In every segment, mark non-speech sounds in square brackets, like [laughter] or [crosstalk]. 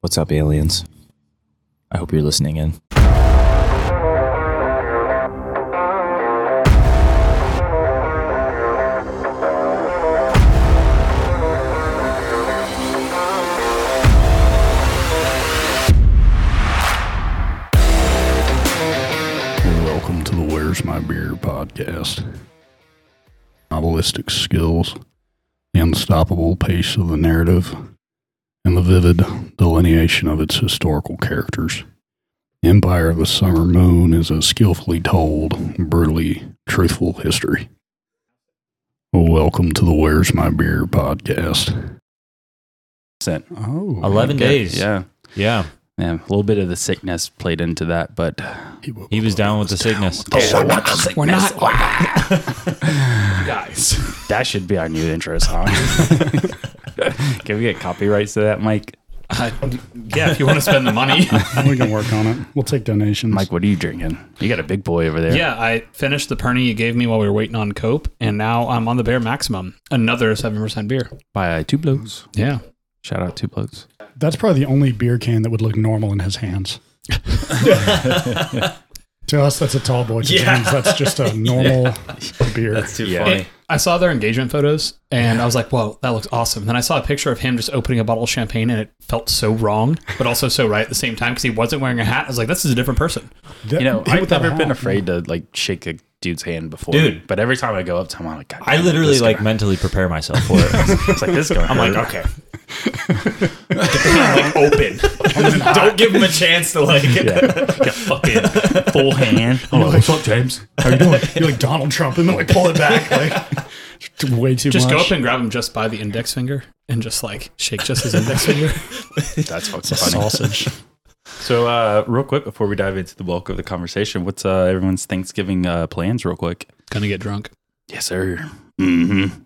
What's up, aliens? I hope you're listening in. Welcome to the Where's My Beer podcast. Novelistic skills, the unstoppable pace of the narrative, and the vivid delineation of its historical characters. Empire of the Summer Moon is a skillfully told, brutally truthful history. Welcome to the Where's My Beer podcast. Sent Oh, 11 days. Yeah. Yeah. Yeah. A little bit of the sickness played into that, but He was down with the sickness. we're not. guys. That should be our new intro song. [laughs] Can we get copyrights to that, Mike? Yeah, if you want to spend the [laughs] money. we can work on it. We'll take donations. Mike, what are you drinking? You got a big boy over there. Yeah, I finished the Perny you gave me while we were waiting on Cope, and now I'm on the bare maximum. Another 7% beer. By Two Blokes. Yeah. Shout out Two Blokes. That's probably the only beer can that would look normal in his [laughs] hands. to us, that's a tall boy. To James, that's just [laughs] a normal beer. Too It- I saw their engagement photos, and I was like, whoa, that looks awesome. And then I saw a picture of him just opening a bottle of champagne, and it felt so wrong, but also so right at the same time because he wasn't wearing a hat. I was like, this is a different person. That- You know, hit I've without never a been hat. afraid to like shake a dude's hand before. Dude. But every time I go up to him, I'm like, God, I damn it, literally this like guy- mentally prepare myself for it. It's like this guy. I'm like, okay. like open. [laughs] Don't give him a chance to like fucking full hand. Oh, what's up, James? [laughs] How you doing? You're like Donald Trump, and then like pull it back. Like [laughs] way too Just much. go up and grab him just by the index finger and just like shake just his index [laughs] finger. [laughs] That's fucking funny. sausage. So, uh, real quick before we dive into the bulk of the conversation, what's uh, everyone's Thanksgiving uh, plans, real quick? Gonna get drunk. Yes, sir. Mm-hmm.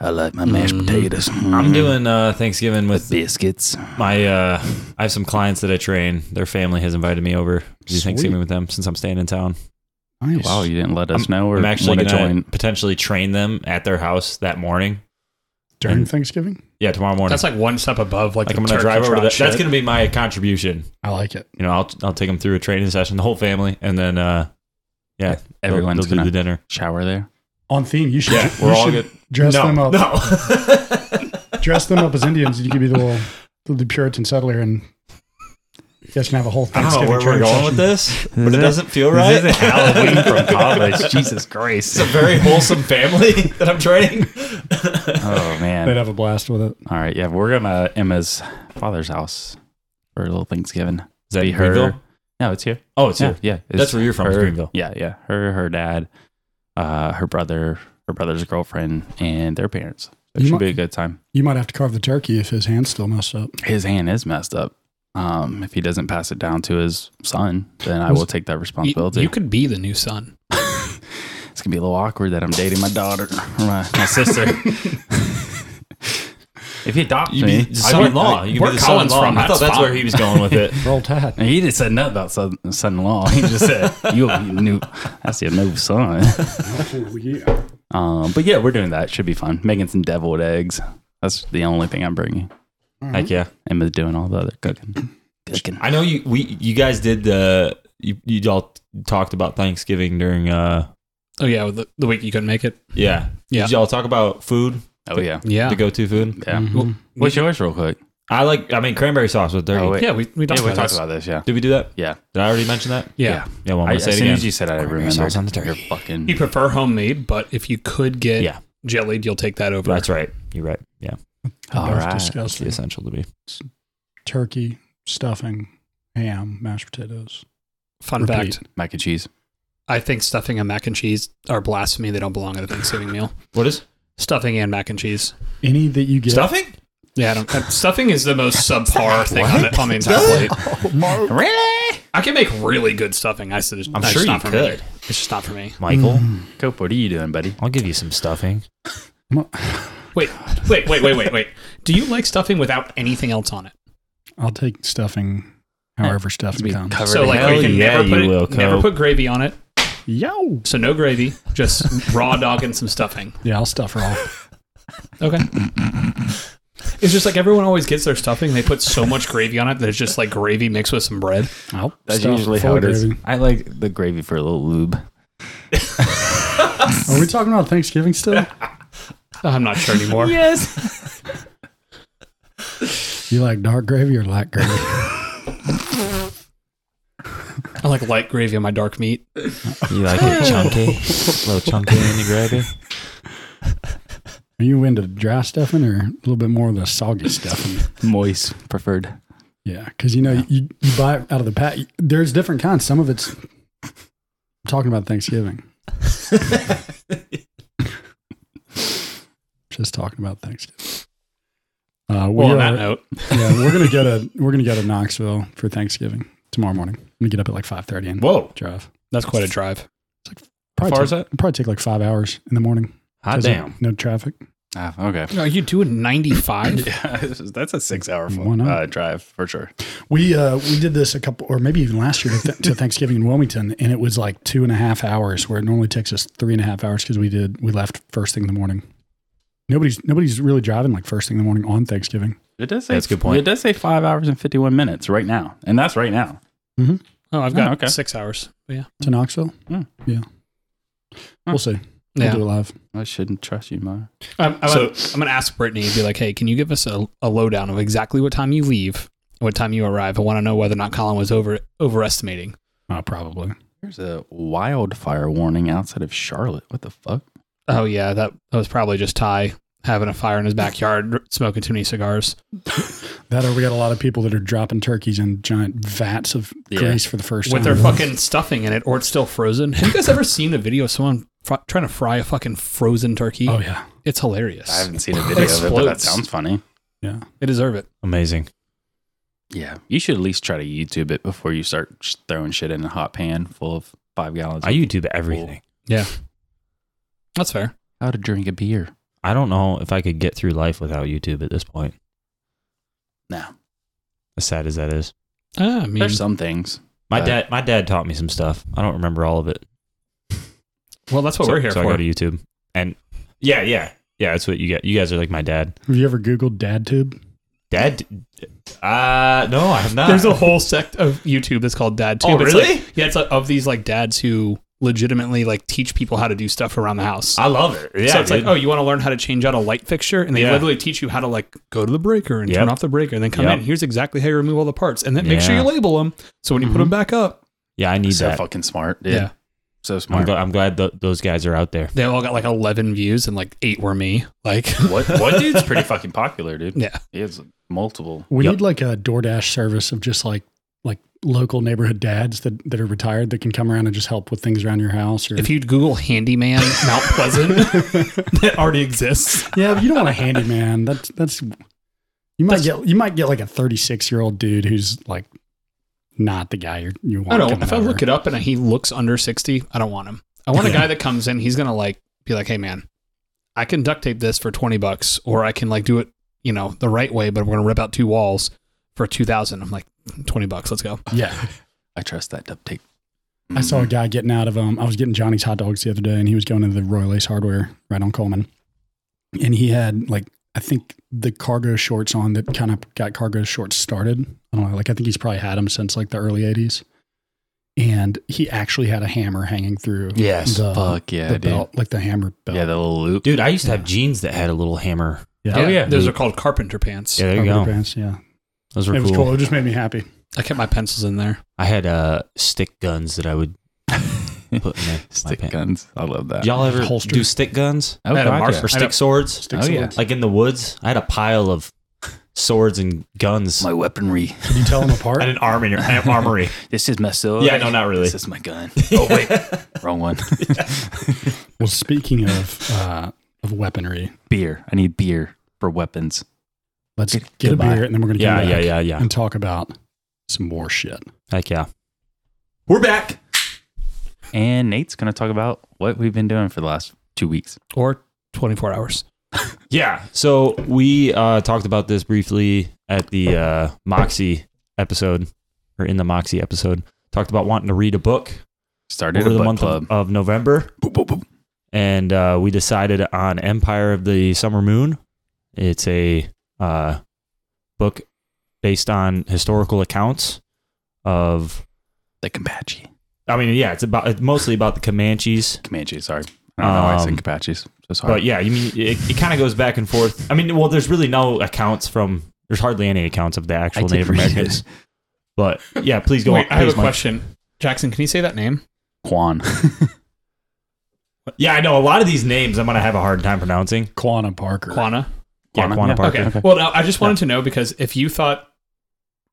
I like my mashed potatoes. Mm-hmm. I'm doing uh, Thanksgiving with biscuits. my uh, I have some clients that I train. Their family has invited me over to do Thanksgiving with them since I'm staying in town. Nice. Wow, you didn't let us know or I'm actually want gonna to join. potentially train them at their house that morning. During And- Thanksgiving, Yeah, tomorrow morning. That's like one step above like, like the I'm gonna turkey drive over to trot that. shit. That's gonna be my contribution. I like it. you know, I'll I'll take them through a training session, the whole family, and then uh, yeah, they'll- everyone's they'll, gonna- do the dinner. Shower there. On theme, you should. we're you all should good. Dress them up. no. [laughs] Dress them up as Indians, and you could be the little the Puritan settler, and you guys can have a whole I don't Thanksgiving. know where we're training going session. with this, but it it- doesn't feel This right. isn't Halloween from college. [laughs] Jesus Christ. It's a very wholesome family [laughs] that I'm training. Oh They'd man. have a blast with it. All right, yeah, we're gonna Emma's father's house for a little Thanksgiving. Is that be Greenville? No, it's here. Oh, it's yeah, here. yeah. it's That's where you're from, her- Greenville. Yeah, yeah. Her, her dad, uh, her brother, her brother's girlfriend, and their parents. It You should might- be a good time. You might have to carve the turkey if his hand's still messed up. His hand is messed up. Um, if he doesn't pass it down to his son, then I Was- will take that You- responsibility. you could be the new son. it's gonna be a little awkward that I'm dating my daughter or my, my sister. [laughs] if he adopts You'd me, be the son-in-law. I- You could where be the Colin's son-in-law. from, I that's thought that's where fine. he was going with it. Roll Tide. he didn't say nothing about son, son-in-law. He just said, "You'll be new. That's your new son." Um, but yeah, we're doing that. Should be fun. Making some deviled eggs. That's the only thing I'm bringing. Heck yeah! Emma's doing all the other cooking. cooking. I know you. We you guys did the you you all talked about Thanksgiving during uh Oh yeah, the, the week you couldn't make it. yeah Yeah. Did y'all talk about food? Oh yeah, Yeah, The go-to food. yeah. Mm-hmm. Well, What's yours, real quick? I like. I mean, cranberry sauce with turkey. Oh, wait. yeah, we we Yeah, talked, we about, talked this. about this. Yeah, Did we do that? yeah. Did I already mention that? Yeah. Yeah. Yeah, well, I, I'm gonna as say it soon again. as you said it, I remember. sauce on the turkey. You're fucking. you prefer homemade, but if you could get Yeah. jellied, you'll take that over. That's right. You're right. Yeah, All That's Oh, right. it's the disgusting. essential to me. Turkey, stuffing, ham, mashed potatoes. Fun Repeat. fact: mac and cheese. I think stuffing and mac and cheese are blasphemy. They don't belong at a Thanksgiving meal. What is Stuffing and mac and cheese. Any that you get. stuffing? Yeah, I don't, uh, stuffing is the [laughs] most subpar thing on the, on the entire plate. Really? I can make really good stuffing. I said, I'm it's sure just not you for me. could. It's just not for me. Michael, Cope, what are you doing, buddy? Mm-hmm. I'll give you some stuffing. Wait, wait, wait, wait, wait, wait. Do you like stuffing without anything else on it? I'll take stuffing, however stuffing comes. So like we Hell can yeah, never put you it- will, never Cope. put gravy on it. Yo. So no gravy, just raw dog and some stuffing. Yeah, I'll stuff her all. Okay. It's just like everyone always gets their stuffing. They put so much gravy on it that it's just like gravy mixed with some bread. That's Stuff usually full how of it is. gravy. I like the gravy for a little lube. Are we talking about Thanksgiving still? I'm not sure anymore. Yes. You like dark gravy or light gravy? I like light gravy on my dark meat. You like [laughs] it chunky, a little chunky in your gravy. Are you into dry stuffing or a little bit more of the soggy stuffing? Moist preferred. Yeah, because you know you, you buy it out of the pack. There's different kinds. Some of it's I'm talking about Thanksgiving. Just talking about Thanksgiving. Uh, we Well, on are- [laughs] that note, yeah, we're gonna go to we're gonna go to Knoxville for Thanksgiving tomorrow morning. I'm gonna get up at like five thirty and Whoa. drive. that's quite a drive. How Probably far take, is that? probably take like five hours in the morning. Hot 'Cause damn. no traffic. Ah, okay. [laughs] Are you doing 95? Yeah, that's a six-hour Why not? uh, drive for sure. We uh, we did this a couple, or maybe even last year to, th- to Thanksgiving in Wilmington, and it was like two and a half hours, where it normally takes us three and a half hours because we did we left first thing in the morning. Nobody's nobody's really driving like first thing in the morning on Thanksgiving. It does say That's a good point. It does say five hours and fifty-one minutes right now, and that's right now. Oh, [laughs] I've Oh, got okay. six hours. But yeah. to Knoxville. Hmm. Yeah, we'll see. We'll Yeah. do it live. I shouldn't trust you, Ma. I'm, I'm, So- gonna, I'm gonna ask Brittany and be like, "Hey, can you give us a, a lowdown of exactly what time you leave, and what time you arrive? I want to know whether or not Colin was over overestimating." Uh, probably. There's a wildfire warning outside of Charlotte. What the fuck? Oh yeah, that, that was probably just Ty having a fire in his backyard, r- smoking too many cigars. That or we got a lot of people that are dropping turkeys in giant vats of Yeah. grease for the first with their time. fucking stuffing in it, or it's still frozen. Have you guys ever seen a video of someone fr- trying to fry a fucking frozen turkey? Oh yeah, It's hilarious. I haven't seen a video of it, but that Explodes. sounds funny. yeah. They deserve it. Amazing. Yeah, you should at least try to YouTube it before you start sh- throwing shit in a hot pan full of five gallons. I of YouTube everything. That's fair. how to drink a beer. I don't know if I could get through life without YouTube at this point. No, As sad as that is. Ah, I mean, there's some things. My Uh, dad, my dad taught me some stuff. I don't remember all of it. well, that's what so, we're here so I for. go to YouTube, and yeah, yeah, yeah. That's what you get. You guys are like my dad. Have you ever Googled dad tube? Dad, uh, no, I have not. There's a whole sect of YouTube that's called Dad Tube. Oh, It's really? like- yeah, it's like of these like dads who legitimately like teach people how to do stuff around the house. I love it. Ah, Yeah, so it's dude. like, oh, you want to learn how to change out a light fixture, and they Yeah. literally teach you how to like go to the breaker and Yep. turn off the breaker, and then come Yep. in. Here's exactly how you remove all the parts, and then make sure Yeah. Mm-hmm. you label them. So when you put them back up, yeah, I need so that. fucking smart. Dude. yeah, Yeah, so I'm, smart. gl- I'm glad th- those guys are out there. they all got like 11 views, and like eight were me. Like, [laughs] what what dude's pretty fucking popular, dude? yeah, He has multiple. We Yep. need like a DoorDash service of just like like local neighborhood dads that, that are retired that can come around and just help with things around your house. Or if you Google handyman Mount Pleasant, [laughs] that already exists. [laughs] yeah, but you don't want a handyman. That's that's you might get you might get like a thirty six year old dude who's like not the guy you're, you want. I don't. coming If I over. look it up and he looks under 60, I don't want him. I want a guy that comes in. He's gonna like be like, hey man, I can duct tape this for 20 bucks, or I can like do it, you know, the right way, but we're gonna rip out two walls for 2,000. I'm like, 20 bucks, let's go. yeah, I trust that duct tape. I saw a guy getting out of um. I was getting Johnny's hot dogs the other day, and he was going into the Royal Ace Hardware right on Coleman, and he had like I think the cargo shorts on that kind of got cargo shorts started. I don't know, like I think he's probably had them since like the early '80s, and he actually had a hammer hanging through Yes. The- Fuck yeah, the dude. belt, like the hammer belt. Yeah, the little loop. Dude, I used to have jeans that had a little hammer. Yeah. Oh, yeah. Those are called carpenter pants. Yeah, there you Cargo go. pants, yeah. Those were it was cool. cool. It just made me happy. I kept my pencils in there. I had uh stick guns that I [laughs] would put in my, my Stick pants. guns. I love that. Did y'all ever Holster. do stick guns Oh, I had a God, mark- yeah. or stick swords? Stick Oh, yeah. swords. Like in the woods, I had a pile of [laughs] swords and guns My weaponry. Could you tell them apart? and an armory. An armory. This is my sword. Yeah, no, not really. This is my gun. Oh [laughs] wait, wrong one. [laughs] well, speaking of uh, of weaponry, beer. I need beer for weapons. let's Good- get, a goodbye. beer and then we're gonna yeah, come yeah, back yeah, yeah. and talk about some more shit. Heck yeah. We're back. And Nate's gonna talk about what we've been doing for the last two weeks. Or 24 hours. Yeah. So we uh, talked about this briefly at the uh, Moxie episode, or in the Moxie episode. Talked about wanting to read a book Started over a the book month club. of, of November. Boop, boop, boop. and uh, we decided on Empire of the Summer Moon. It's a uh, book based on historical accounts of. The Comanche. I mean, yeah, it's about it's mostly about the Comanches, Comanche, sorry. I don't know why I Um, said Comanches. So sorry. but yeah, you mean it, it kind of goes back and forth. I mean, well, there's really no accounts from. There's hardly any accounts of the actual did Native read it. Americans. But yeah, please go. Wait, on, I have please, a Mike. question. Jackson, can you say that name? Quan. Yeah, I know a lot of these names. I'm gonna have a hard time pronouncing. Quanah Parker. Quana. yeah, Quanah? Quanah Yeah. Parker. Okay. Well, no, I just wanted to know because if you thought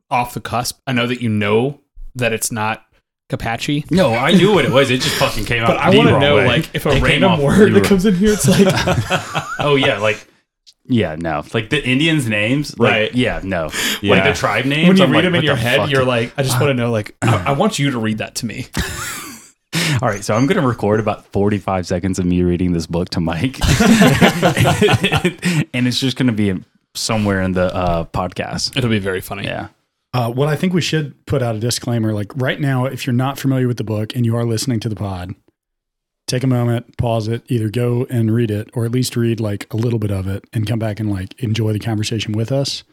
off the cusp, I know that you know that it's not Apache. [laughs] no, I knew what it was. It just fucking came out. But I the want to wrong know, way. like, if a It came random off word the that wrong- comes in here, it's [laughs] like, oh yeah, like yeah, no, like the Indians' names, like, Right. Yeah, no, like Yeah. the tribe names. [laughs] when you I'm read like, them what in your the head, fuck? you're like, I just want to know, [laughs] like, I, I want you to read that to me. all right. So I'm gonna record about 45 seconds of me reading this book to [laughs] Mike, [laughs] and it's just gonna be in- somewhere in the uh, podcast. It'll be very funny. Yeah, Uh, what I think we should put out a disclaimer like right now, if you're not familiar with the book and you are listening to the pod, take a moment, pause it, either go and read it or at least read like a little bit of it and come back and like enjoy the conversation with us.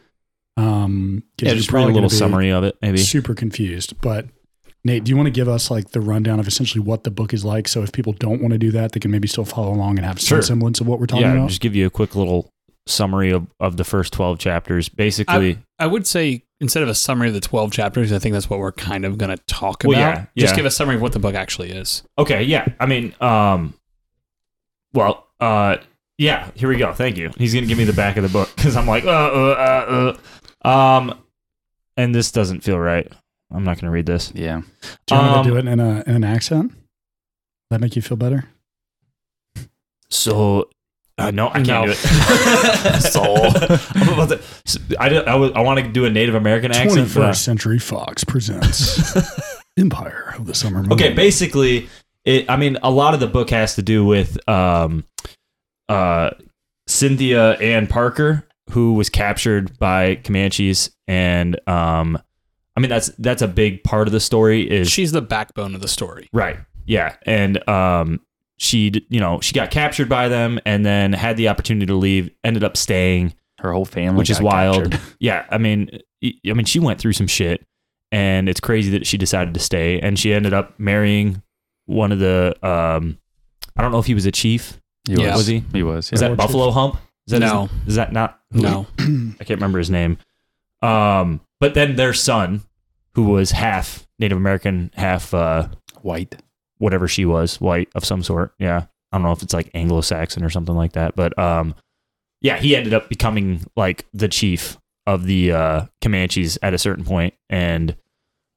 Um, 'cause Yeah, you're just read probably a gonna be little summary of it, maybe. Super confused. But Nate, do you want to give us like the rundown of essentially what the book is like? So if people don't want to do that, they can maybe still follow along and have some Sure. semblance of what we're talking Yeah, about. just give you a quick little summary of, of the first 12 chapters. Basically, I would say instead of a summary of the 12 chapters, I think that's what we're kind of going to talk about. Well, yeah, Just yeah. give a summary of what the book actually is. okay, yeah. I mean, um, well, uh, yeah, here we go. Thank you. He's going to give me the back of the book [laughs] because I'm like, uh, uh, uh, uh. Um, and this doesn't feel right. I'm not going to read this. yeah. do you want me to um, do it in, a, in an accent? That make you feel better? So, uh, no, I can't No. do it. [laughs] so, I'm about to, so I, don't- I, was- I want to do a Native American accent. but I- 21st Century Fox [laughs] presents Empire of the Summer Moon. okay basically it i mean a lot of the book has to do with um uh cynthia and parker who was captured by comanches and um i mean that's that's a big part of the story is She's the backbone of the story. Right. Yeah. And um, she, d- you know, she got captured by them and then had the opportunity to leave. Ended up staying, Her whole family, which is got wild. captured. Yeah. I mean, y- I mean, she went through some shit, and it's crazy that she decided to stay. And she ended up marrying one of the. Um, I don't know if he was a chief. He Yeah. Was he? He was. Is yeah. that Buffalo Hump? Is that his- No. is that not? who No. I can't remember his name. Um, but then their son, who was half Native American, half uh, white? whatever she was, white of some sort. Yeah. I don't know if it's like Anglo Saxon or something like that. But um yeah, he ended up becoming like the chief of the uh Comanches at a certain point and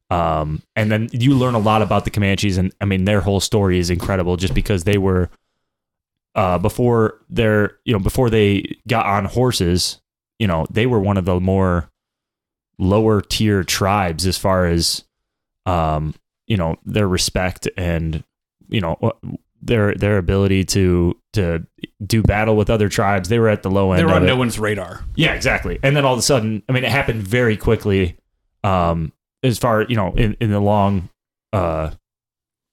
um and then you learn a lot about the Comanches and I mean their whole story is incredible just because they were uh before their you know before they got on horses, you know, they were one of the more lower tier tribes as far as um you know their respect and you know wh- their their ability to to do battle with other tribes they were at the low end They're of on it. no one's radar. yeah exactly and then all of a sudden i mean it happened very quickly um as far you know in in the long uh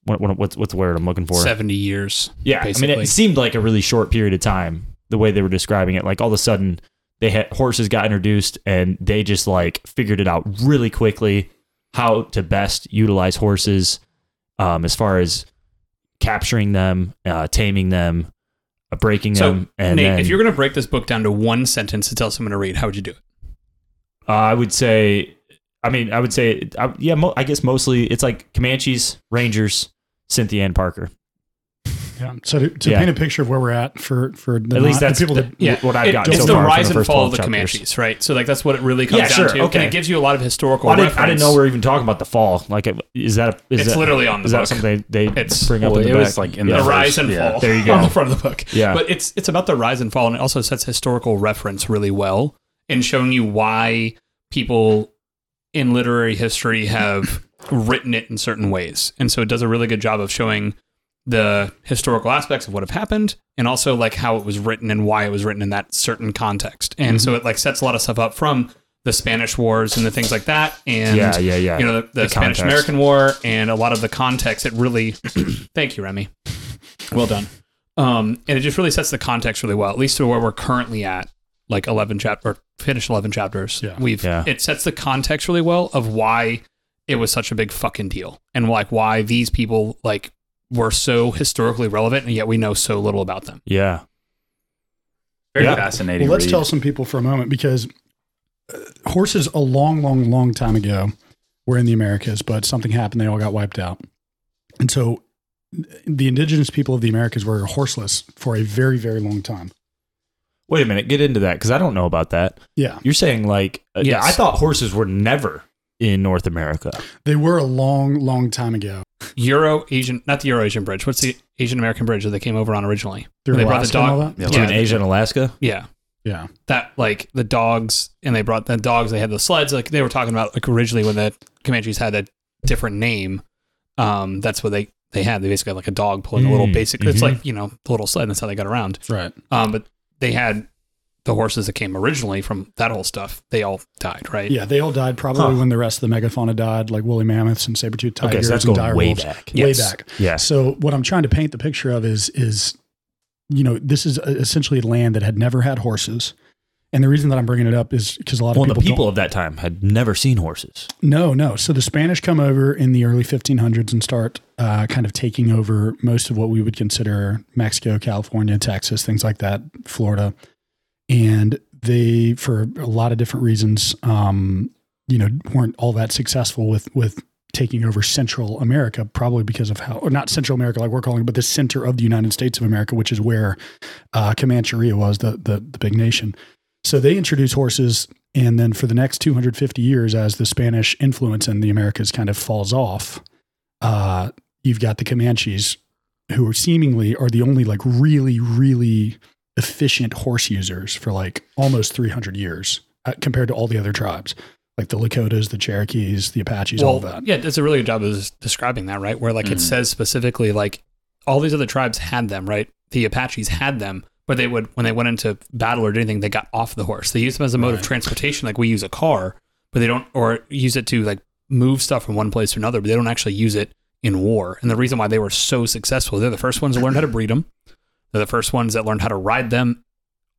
what, what, what's what's the word i'm looking for 70 years. yeah i mean basically. it seemed like a really short period of time the way they were describing it like all of a sudden they had horses got introduced and they just like figured it out really quickly how to best utilize horses um, as far as capturing them uh, taming them uh, breaking So, them and Nate, then, if you're going to break this book down to one sentence to tell someone to read, how would you do it? uh, i would say i mean i would say I, yeah mo- i guess mostly it's like comanches rangers cynthia and parker Yeah. So to, to Yeah. paint a picture of where we're at for for the, at least the that's people that the- what i've It- got It's so the far from rise and first fall 12 of the chapters. Comanches, right? So like that's what it really comes Yeah, down sure, to. okay. And it gives you a lot of historical Well, I, didn't, I reference. didn't know we were even talking about the fall. Like, it- is that a, is it's that, literally on the is book. that something they It's- bring up? Well, in the it was back? like in yeah. the Yeah. rise and Yeah. fall. There you go. on the front of the book. Yeah. but it's it's about the rise and fall, and it also sets historical reference really well in showing you why people in literary history have [coughs] written it in certain ways, and so it does a really good job of showing the historical aspects of what have happened and also like how it was written and why it was written in that certain context and so Mm-hmm. it like sets a lot of stuff up from the spanish wars and the things like that and yeah, yeah, yeah. you know the, the, uh, The Spanish context. American War and a lot of the context. It really, [clears throat] thank you, Remy. Well done. Um, and it just really sets the context really well, at least to where we're currently at like 11 chapter or finish 11 chapters. Yeah. We've Yeah. it sets the context really well of why it was such a big fucking deal and like why these people like were so historically relevant and yet we know so little about them. Yeah. Very Yeah. fascinating. Well, let's read. tell some people for a moment because uh, horses a long, long, long time ago were in the Americas, but something happened. They all got wiped out. And so the indigenous people of the Americas were horseless for a very, very long time. Wait a minute. Get into that because I don't know about that. Yeah. You're saying like, uh, yeah, Yes. I thought horses were never in North America. They were a long, long time ago. Euro Asian not the Euro Asian bridge. What's the Asian American bridge that they came over on originally? Through They brought Alaska the and dog- all that. Yeah, Between Asia and Alaska. Yeah. Yeah. That like the dogs and they brought the dogs, they had the sleds, like they were talking about like originally when the Comanches had a different name. Um, that's what they they had. They basically had like a dog pulling a little Mm, basic it's mhm. like, you know, the little sled, that's how they got around. That's right. Um, but they had the horses that came originally from that whole stuff. They all died, right? Yeah. They all died probably Huh. when the rest of the megafauna died, like woolly mammoths and saber-toothed tigers Okay, so that's and going dire way wolves. back. Way Yes. back. Yeah. So what I'm trying to paint the picture of is is you know this is essentially land that had never had horses, and the reason that I'm bringing it up is because a lot Well, of the people, people of that time had never seen horses. don't, no no. So the Spanish come over in the early 1500s and start uh, kind of taking over most of what we would consider Mexico, California, Texas, things like that, Florida, and they for a lot of different reasons, um, you know, weren't all that successful with with taking over Central America, probably because of how, or not Central America like we're calling it, but the center of the United States of America, which is where uh, Comancheria was, the, the, the big nation. So they introduced horses. And then for the next 250 years, as the Spanish influence in the Americas kind of falls off, uh, you've got the Comanches, who are seemingly are the only like really, really efficient horse users for like almost 300 years uh, compared to all the other tribes, like the Lakotas, the Cherokees, the Apaches, all Well, that. Mm. yeah, that's a really good job of describing that, right? Where like it Mhm. says specifically, like all these other tribes had them, right? The Apaches had them, but they would when they went into battle or did anything, they got off the horse. They used them as a mode of Right. transportation, like we use a car, but they don't, or use it to like move stuff from one place to another, but they don't actually use it in war. And the reason why they were so successful, they're the first ones that learned how to breed them. They're the first ones that learned how to ride them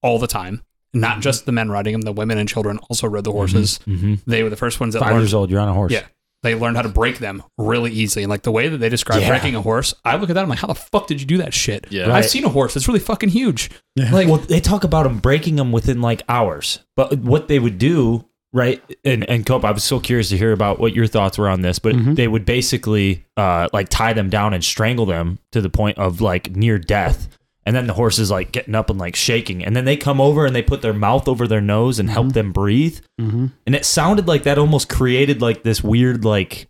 all the time. Mm-hmm. Not just the men riding them, the women and children also rode the horses. Mm-hmm. They were the first ones that Five learned years old, you're on a horse. [laughs] Yeah. they learned how to break them really easily. And like the way that they describe Yeah. breaking a horse, I look at that, I'm like, how the fuck did you do that shit? Yeah. I've Right. seen a horse. It's really fucking huge. Yeah. Like, Well, they talk about them breaking them within like hours, but what they would do, right? And and Cope, I was so curious to hear about what your thoughts were on this, but Mhm. they would basically uh, like tie them down and strangle them to the point of like near death. And then the horse is like getting up and like shaking. And then they come over and they put their mouth over their nose and help them breathe. Mm-hmm. And it sounded like that almost created like this weird like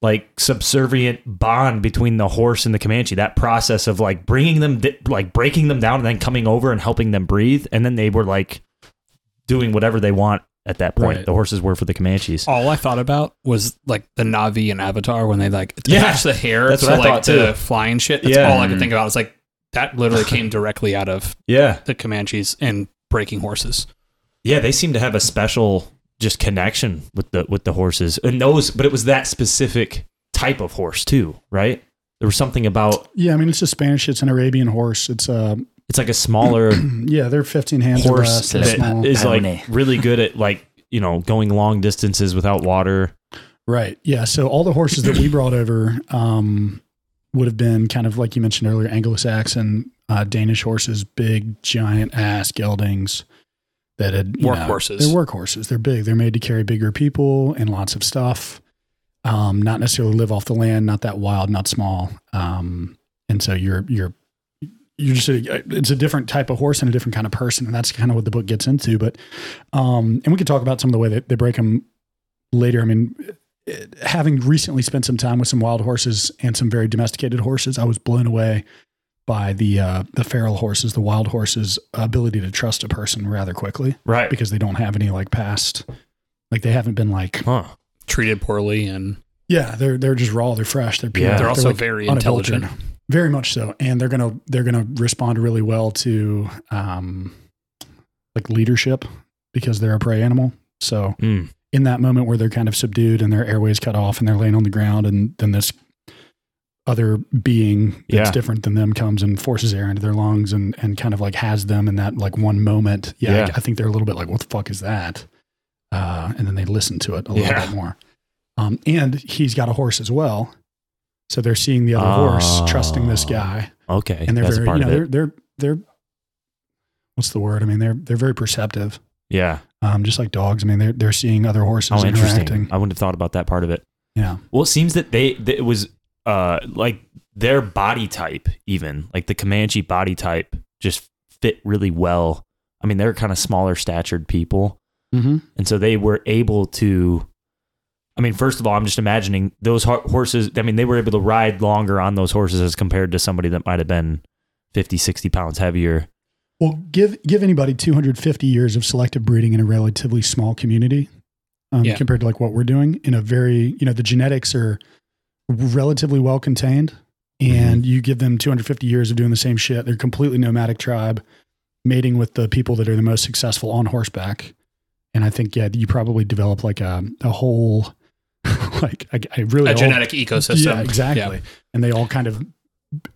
like subservient bond between the horse and the Comanche. That process of like bringing them di- like breaking them down and then coming over and helping them breathe, and then they were like doing whatever they want at that point. Right. The horses were for the Comanches. all I thought about was like the Navi and Avatar when they like Yeah. attach the hair That's to what I like thought, the too. flying shit. That's Yeah. all I could think about. It's like that [laughs] literally came directly out of Yeah, the Comanches and breaking horses. yeah, they seem to have a special just connection with the with the horses and those, but it was that specific type of horse too, right? There was something about Yeah, I mean, it's a Spanish, it's an Arabian horse. It's a, it's like a smaller yeah, they're 15 hands or less. horse They're small. that is like Pony. really good at like you know going long distances without water. Right. Yeah. So all the horses that we brought over um, would have been kind of like you mentioned earlier, Anglo-Saxon, uh, Danish horses, big, giant ass geldings that had you know, Workhorses. They're workhorses. They're big. They're made to carry bigger people and lots of stuff. Um, not necessarily live off the land. Not that wild. Not small. Um, and so you're you're you're just a, it's a different type of horse and a different kind of person, and that's kind of what the book gets into. But um, and we could talk about some of the way that they break them later. I mean, it- uh, having recently spent some time with some wild horses and some very domesticated horses, I was blown away by the uh, the feral horses, the wild horses' ability to trust a person rather quickly Right. because they don't have any like past, like they haven't been like Huh. Treated poorly and yeah, they're they're just raw, they're fresh, they're pure. Yeah. they're also like, very unadulterated. intelligent. very much so, and they're gonna they're gonna respond really well to um, like leadership because they're a prey animal. So Mm. in that moment where they're kind of subdued and their airways cut off and they're laying on the ground and then this other being that's Yeah. different than them comes and forces air into their lungs and and kind of like has them in that like one moment. Yeah, Yeah. I, I think they're a little bit like, what the fuck is that? Uh, and then they listen to it a little Yeah. bit more. Um, and he's got a horse as well, so they're seeing the other horse, trusting this Oh. guy, Okay, and they're that's very, part you know, of it. they're they're they're what's the word? I mean, they're they're very perceptive, Yeah. um, just like dogs. I mean, they're they're seeing other horses How Oh, interesting. interacting. I wouldn't have thought about that part of it. Yeah. Well, it seems that they, that it was uh like their body type even like the Comanche body type just fit really well. I mean, they're kind of smaller statured people, Mm-hmm. and so they were able to. I mean, first of all, I'm just imagining those ho- horses. I mean, they were able to ride longer on those horses as compared to somebody that might have been 50, 60 pounds heavier. Well, give give anybody 250 years of selective breeding in a relatively small community um, Yeah. compared to like what we're doing in a very you know the genetics are relatively well contained, Mm-hmm. and you give them 250 years of doing the same shit. They're a completely nomadic tribe, mating with the people that are the most successful on horseback, and I think yeah, you probably develop like a a whole [laughs] like I, I really a hope- genetic ecosystem. yeah exactly, and they all kind of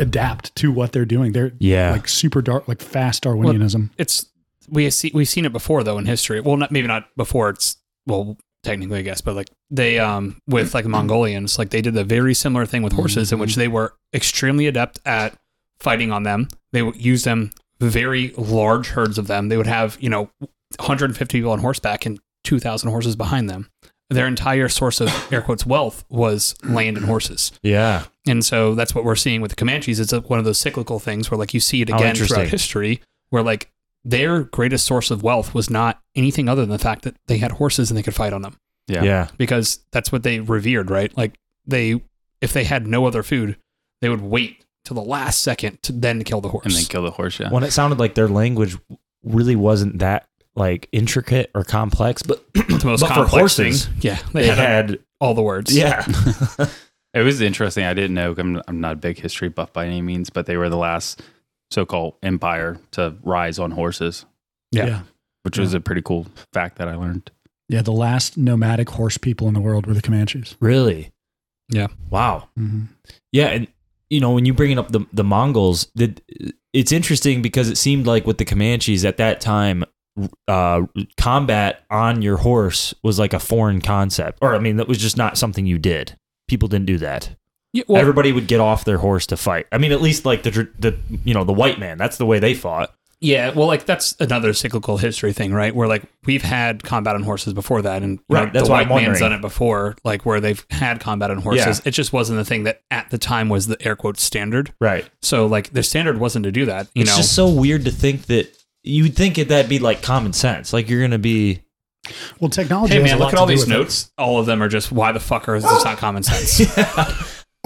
adapt to what they're doing. They're Yeah. like super dark, like fast Darwinianism. it's we see we've seen it before though in history. Well, not maybe not before. It's well technically I guess, but like they um with like Mongolians, like they did a very similar thing with horses in which they were extremely adept at fighting on them. They would use them very large herds of them. They would have you know 150 people on horseback and 2,000 horses behind them. Their entire source of air quotes wealth was land and horses. Yeah. And so that's what we're seeing with the Comanches. It's like one of those cyclical things where like you see it Oh, again interesting. throughout history where like their greatest source of wealth was not anything other than the fact that they had horses and they could fight on them Yeah. yeah. because that's what they revered, right? Like they if they had no other food, they would wait till the last second to then kill the horse. and then kill the horse. Yeah. when it sounded like their language really wasn't that like intricate or complex, but the most but for complex horses, thing. Yeah, they, [laughs] they had, had all the words. yeah It was interesting. I didn't know. I'm, I'm not a big history buff by any means, but they were the last so-called empire to rise on horses, Yeah. yeah. which Yeah. was a pretty cool fact that I learned. Yeah, the last nomadic horse people in the world were the Comanches. [laughs] really Yeah. wow Mm-hmm. yeah and you know when you bring up the the Mongols that it's interesting because it seemed like with the Comanches at that time uh combat on your horse was like a foreign concept or I mean that was just not something you did people didn't do that Yeah, well, everybody would get off their horse to fight I mean at least like the tr- the you know the white man that's the way they fought Yeah, well, like that's another cyclical history thing, right? Where like we've had combat on horses before that, and you know, Right, that's the why white I'm man's wondering. done it before, like where they've had combat on horses. It just wasn't the thing that at the time was the air quotes standard. right So like the standard wasn't to do that, you it's know. just so weird to think that you'd think that that'd be like common sense. Like you're gonna be Well, technology. Hey has man, a lot look at to all do these with it. notes. All of them are just why the fuck is this not common [laughs] sense?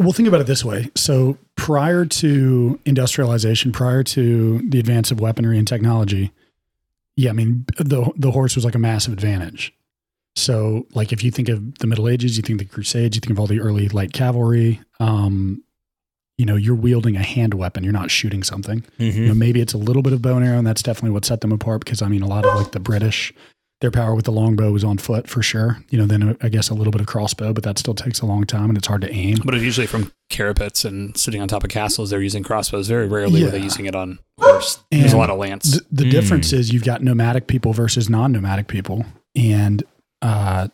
Well, think about it this way. So, prior to industrialization, prior to the advance of weaponry and technology, yeah, I mean, the the horse was like a massive advantage. So, like if you think of the Middle Ages, you think of the Crusades, you think of all the early light cavalry. Um, you know, you're wielding a hand weapon. You're not shooting something. You Mm-hmm. know, maybe it's a little bit of bow and arrow, and that's definitely what set them apart. Because I mean, a lot of like the British, their power with the longbow was on foot for sure. You know, then uh, I guess a little bit of crossbow, but that still takes a long time and it's hard to aim. but it's usually from parapets and sitting on top of castles. They're using crossbows. Very rarely were they Yeah. using it on horse. There's a And lot of lance. The, the Mm. difference is you've got nomadic people versus non-nomadic people, and uh,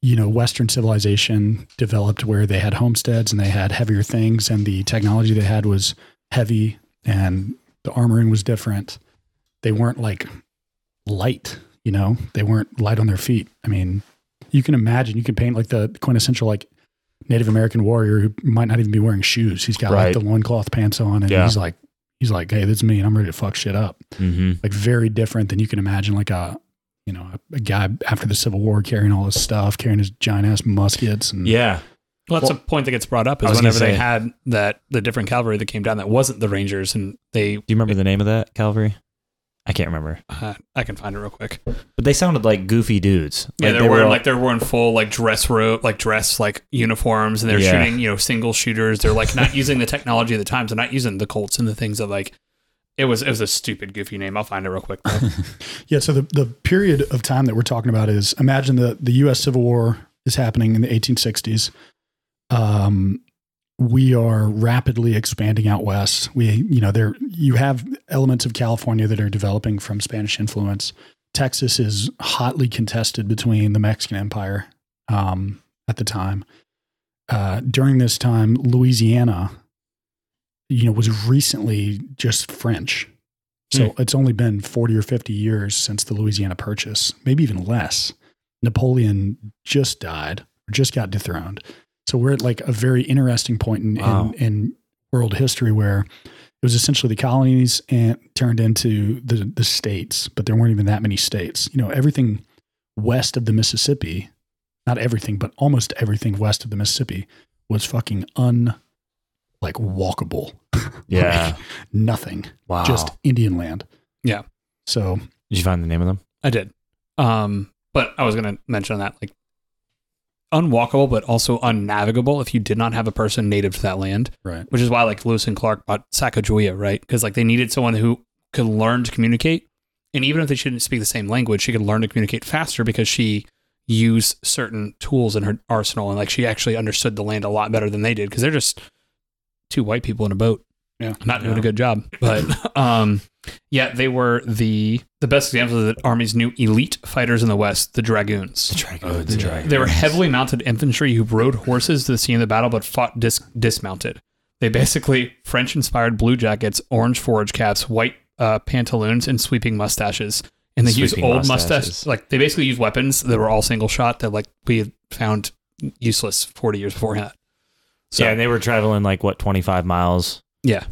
you know, Western civilization developed where they had homesteads and they had heavier things, and the technology they had was heavy, and the armoring was different. They weren't like light, you know, they weren't light on their feet. I mean, you can imagine, you can paint like the quintessential like Native American warrior who might not even be wearing shoes. He's got Right. like the loincloth pants on, and Yeah. he's like, he's like, hey, that's me, and I'm ready to fuck shit up Mm-hmm. like very different than you can imagine like a you know a, a guy after the civil war carrying all his stuff carrying his giant ass muskets and Yeah. Well, that's a point that gets brought up I is was gonna whenever they say- had that the different cavalry that came down that wasn't the Rangers, and they Do you remember the name of that cavalry? I can't remember, uh, I can find it real quick. but they sounded like goofy dudes. Yeah, they're they were wearing all- like they're wearing full like dress robe, like dress like uniforms, and they're Yeah. shooting you know single shooters. They're like not using the technology of the times. They're not using the Colts and the things that like it was it was a stupid goofy name. I'll find it real quick. though. yeah so the, the period of time that we're talking about is imagine the the us civil war is happening in the 1860s um we are rapidly expanding out west. We, you know, there you have elements of California that are developing from Spanish influence. Texas is hotly contested between the Mexican Empire um, at the time. Uh, during this time, Louisiana, you know, was recently just French. So it's only been 40 or 50 years since the Louisiana Purchase, maybe even less. Napoleon just died, or just got dethroned. So we're at like a very interesting point in, Wow. in, in world history where it was essentially the colonies and turned into the, the states, but there weren't even that many states. You know, everything west of the Mississippi, not everything, but almost everything west of the Mississippi was fucking un like walkable. Yeah. Oh. Nothing. [laughs] Wow. Just Indian land. Yeah. So Did you find the name of them? I did. Um, but I was going to mention that like unwalkable, but also unnavigable if you did not have a person native to that land. Right. Which is why like Lewis and Clark bought Sacagawea, right? Because like they needed someone who could learn to communicate. And even if they shouldn't speak the same language, she could learn to communicate faster because she used certain tools in her arsenal and like she actually understood the land a lot better than they did because they're just two white people in a boat. Yeah. Not doing a good job. But [laughs] um yeah, they were the the best example of the army's new elite fighters in the West, the dragoons. Oh, the dragon. They were heavily mounted infantry who rode horses to the scene of the battle but fought dis- dismounted. They basically [laughs] French inspired blue jackets, orange forage caps, white uh, pantaloons, and sweeping mustaches. And they use Sweeping old mustaches. mustaches. Like they basically use weapons that were all single shot that like we had found useless 40 years before that. So Yeah, and they were traveling like what twenty five miles. Yeah.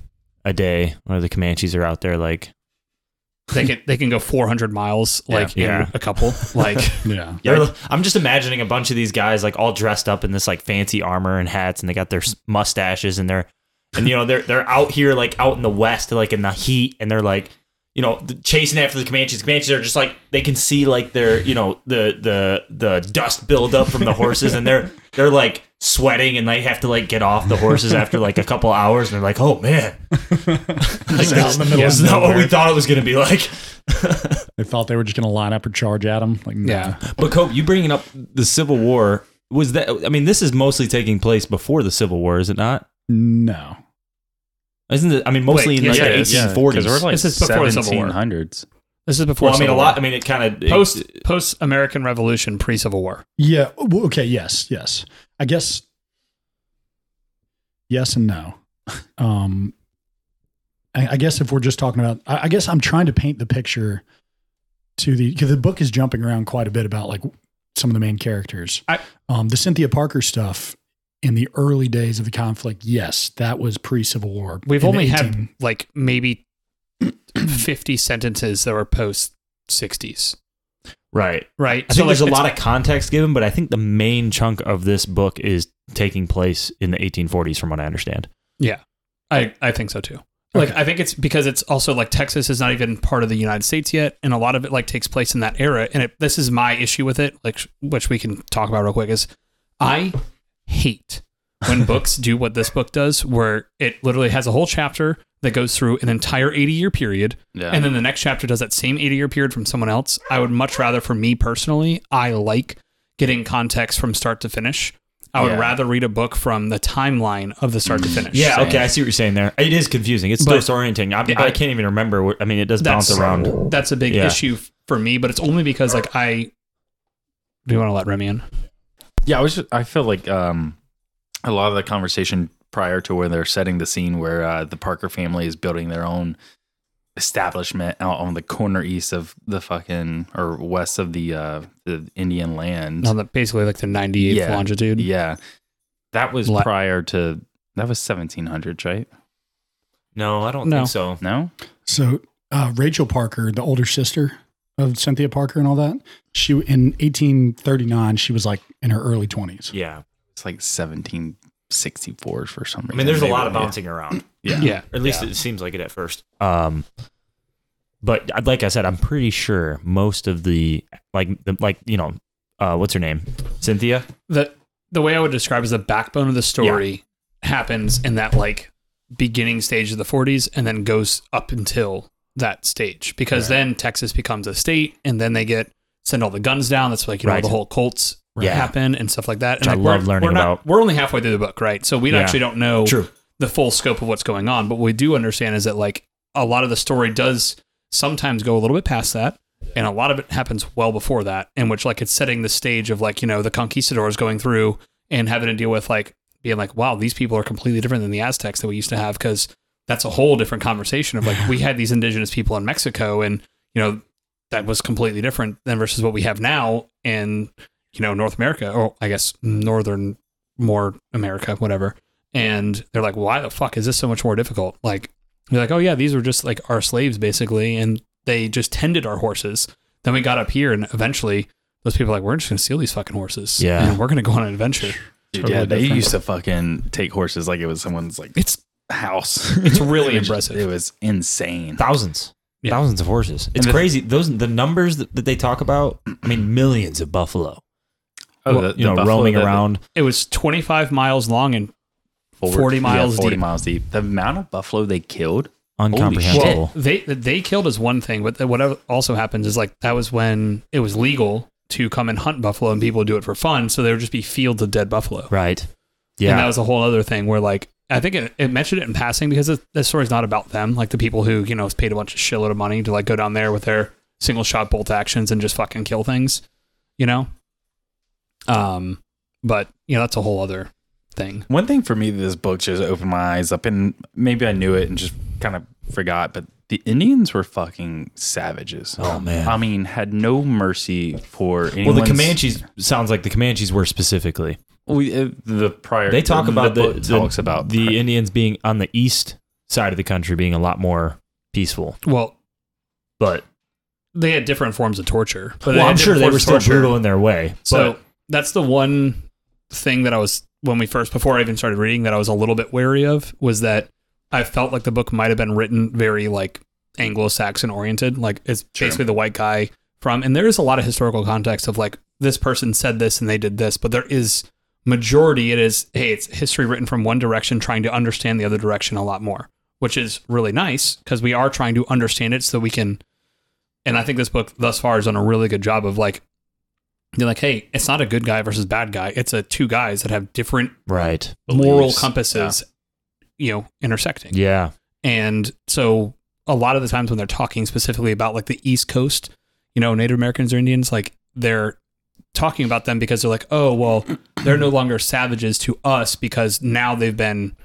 A day, where the Comanches are out there, like they can they can go 400 miles like Yeah. in a couple like yeah. They're- I'm just imagining a bunch of these guys like all dressed up in this like fancy armor and hats, and they got their s- mustaches, and they're, and you know they're they're out here like out in the west, like in the heat, and they're like, you know, th- chasing after the Comanches. Comanches are just like they can see like their you know the the the dust build up from the horses, and they're they're like sweating, and they have to like get off the horses after like a couple hours, and they're like, [laughs] oh man, Like, out in the middle of this is not what we nowhere. thought it was gonna be like. They thought they were just going to line up or charge at them. Like, no. yeah But Cope, you bringing up the Civil War was that? I mean, this is mostly taking place before the Civil War, is it not? No. Isn't it? I mean, mostly Wait, in like yeah, the yeah, eighteen Yeah, 'cause forties. we're like This is before the Civil War. 1700s. this is before Well, I mean, a Civil lot. I War. mean, it kind of post post American Revolution pre Civil War Yeah. well, Okay. Yes. Yes. I guess. Yes and no. [laughs] Um, I, I guess if we're just talking about, I, I guess I'm trying to paint the picture to the because the book is jumping around quite a bit about like some of the main characters. I- um, the Cynthia Parker stuff in the early days of the conflict. Yes, that was pre Civil War. We've in the only had 18 like maybe 50 sentences that were post 60s, right. right? I think like, there's a it's- lot of context given, but I think the main chunk of this book is taking place in the 1840s, from what I understand. I, I think so too. Like, I think it's because it's also like Texas is not even part of the United States yet. And a lot of it like takes place in that era. And it, this is my issue with it, like, which we can talk about real quick is I hate [laughs] when books do what this book does, where it literally has a whole chapter that goes through an entire 80 year period. Yeah. And then the next chapter does that same 80 year period from someone else. I would much rather, for me personally, I like getting context from start to finish. I would Yeah. Mm. rather read a book from the timeline of the start to finish. Yeah, okay, I see what you're saying there. It is confusing. It's But- disorienting. I, Yeah. I can't even remember. What, I mean, it does That's- bounce around. That's a big Yeah. issue f- for me, but it's only because, like, I. Do you want to let Remy in? Yeah, I was. Just, I feel like um, a lot of the conversation prior to where they're setting the scene, where uh, the Parker family is building their own establishment out on the corner east of the fucking or west of the uh, the Indian land. No, that basically, like, the 98th Yeah. longitude. Yeah, that was La- prior to that was 1700s, right? No, I don't No. think so. No, So uh, Rachel Parker, the older sister of Cynthia Parker and all that, she in 1839 she was like in her early 20s. Yeah. it's like 1764 for some reason. I mean, there's a Maybe- lot of yeah. bouncing around. Yeah. Yeah. Or at least it seems like it at first. Um, but I'd- like I said, I'm pretty sure most of the like the, like you know, uh, what's her name, Cynthia. the the way I would describe is the backbone of the story happens in that like beginning stage of the 40s and then goes up until that stage because then Texas becomes a state and then they get send all the guns down. That's like you know Right. the whole Colts Yeah. happen and stuff like that. Which and I like, love learning we're not, about. We're only halfway through the book, right? So we Yeah. actually don't know True. the full scope of what's going on. But what we do understand is that like a lot of the story does sometimes go a little bit past that. And a lot of it happens well before that, in which like it's setting the stage of like, you know, the conquistadors going through and having to deal with like being like, wow, these people are completely different than the Aztecs that we used to have because that's a whole different conversation of like we had these indigenous people in Mexico and you know that was completely different than versus what we have now in you know North America or I guess northern more America whatever and they're like why the fuck is this so much more difficult like you're like oh yeah these were just like our slaves basically and they just tended our horses then we got up here and eventually those people are like we're just going to steal these fucking horses Yeah. and we're going to go on an adventure Dude, Totally yeah, they different. used to fucking take horses like it was someone's like [laughs] it's house. It's really It was just- impressive. It was insane. thousands, Yeah. thousands of horses. It's the- crazy. Those the numbers that, that they talk about. I mean, millions of buffalo. Oh, you know, roaming around. it was 25 miles long and 40 miles forty deep. miles deep. The amount of buffalo they killed. Uncomprehensible. Well, they they killed is one thing, but what also happens is like that was when it was legal to come and hunt buffalo, and people would do it for fun. So there would just be fields of dead buffalo, Right. and Yeah. that was a whole other thing where like I think it, it mentioned it in passing because it, this story's not about them, like the people who you know paid a bunch of shitload of money to like go down there with their single shot bolt actions and just fucking kill things, you know. Um, but you know that's a whole other thing. One thing for me that this book just opened my eyes up, and maybe I knew it and just kind of forgot, but the Indians were fucking savages. Oh, man. I mean, had no mercy for Well, anyone. the Comanches sounds like the Comanches were specifically. We, uh, the prior They talk the- about the the, book the- talks about the Indians being on the east side of the country being a lot more peaceful, Well, but they had different forms of torture. But well, had I'm sure different they forms were of still torture. brutal in their way. So but that's the one thing that I was when we first before I even started reading that I was a little bit wary of was that I felt like the book might have been written very like Anglo-Saxon oriented, like it's basically the white guy from and there is a lot of historical context of like this person said this and they did this, but there is majority it is hey, it's history written from one direction trying to understand the other direction a lot more, which is really nice because we are trying to understand it so we can and I think this book thus far has done a really good job of like you're like, hey, it's not a good guy versus bad guy. It's a two guys that have different right, moral compasses, you know, intersecting. yeah, And so a lot of the times when they're talking specifically about like the East Coast, you know, Native Americans or Indians, like they're talking about them because they're like, oh, well, they're no longer savages to us because now they've been,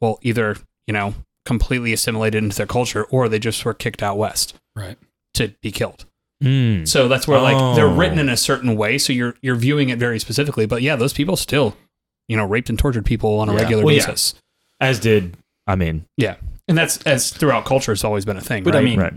well, either, you know, completely assimilated into their culture or they just were kicked out west. Right. To be killed. Mm. So that's where like they're Oh. written in a certain way, so you're you're viewing it very specifically. But yeah, those people still, you know, raped and tortured people on a Yeah. regular Well, yeah. basis, as did I mean, and that's as throughout culture, it's always been a thing. But right? I mean, right.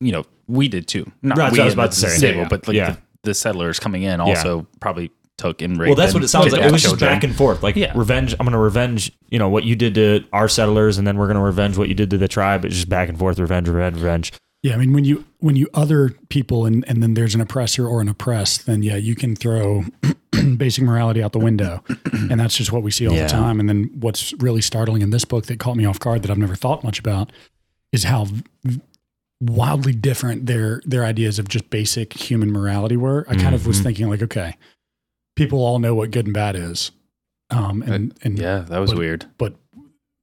you know, we did too. Not Right, that's we what I was in about the to say. stable, Yeah. but like Yeah. the, the settlers coming in also probably took and Well, raped. that's and what it sounds killed like. It was just children. back and forth, like Yeah. revenge. I'm going to revenge, you know, what you did to our settlers, and then we're going to revenge what you did to the tribe. It's just back and forth, revenge, revenge, revenge. Yeah, I mean when you when you other people and and then there's an oppressor or an oppressed, then yeah, you can throw [clears throat] basic morality out the window, and that's just what we see all Yeah. the time. And then what's really startling in this book that caught me off guard that I've never thought much about is how v- wildly different their their ideas of just basic human morality were. I kind of was Mhm. thinking like, okay, people all know what good and bad is, um, and and Yeah, that was But- weird.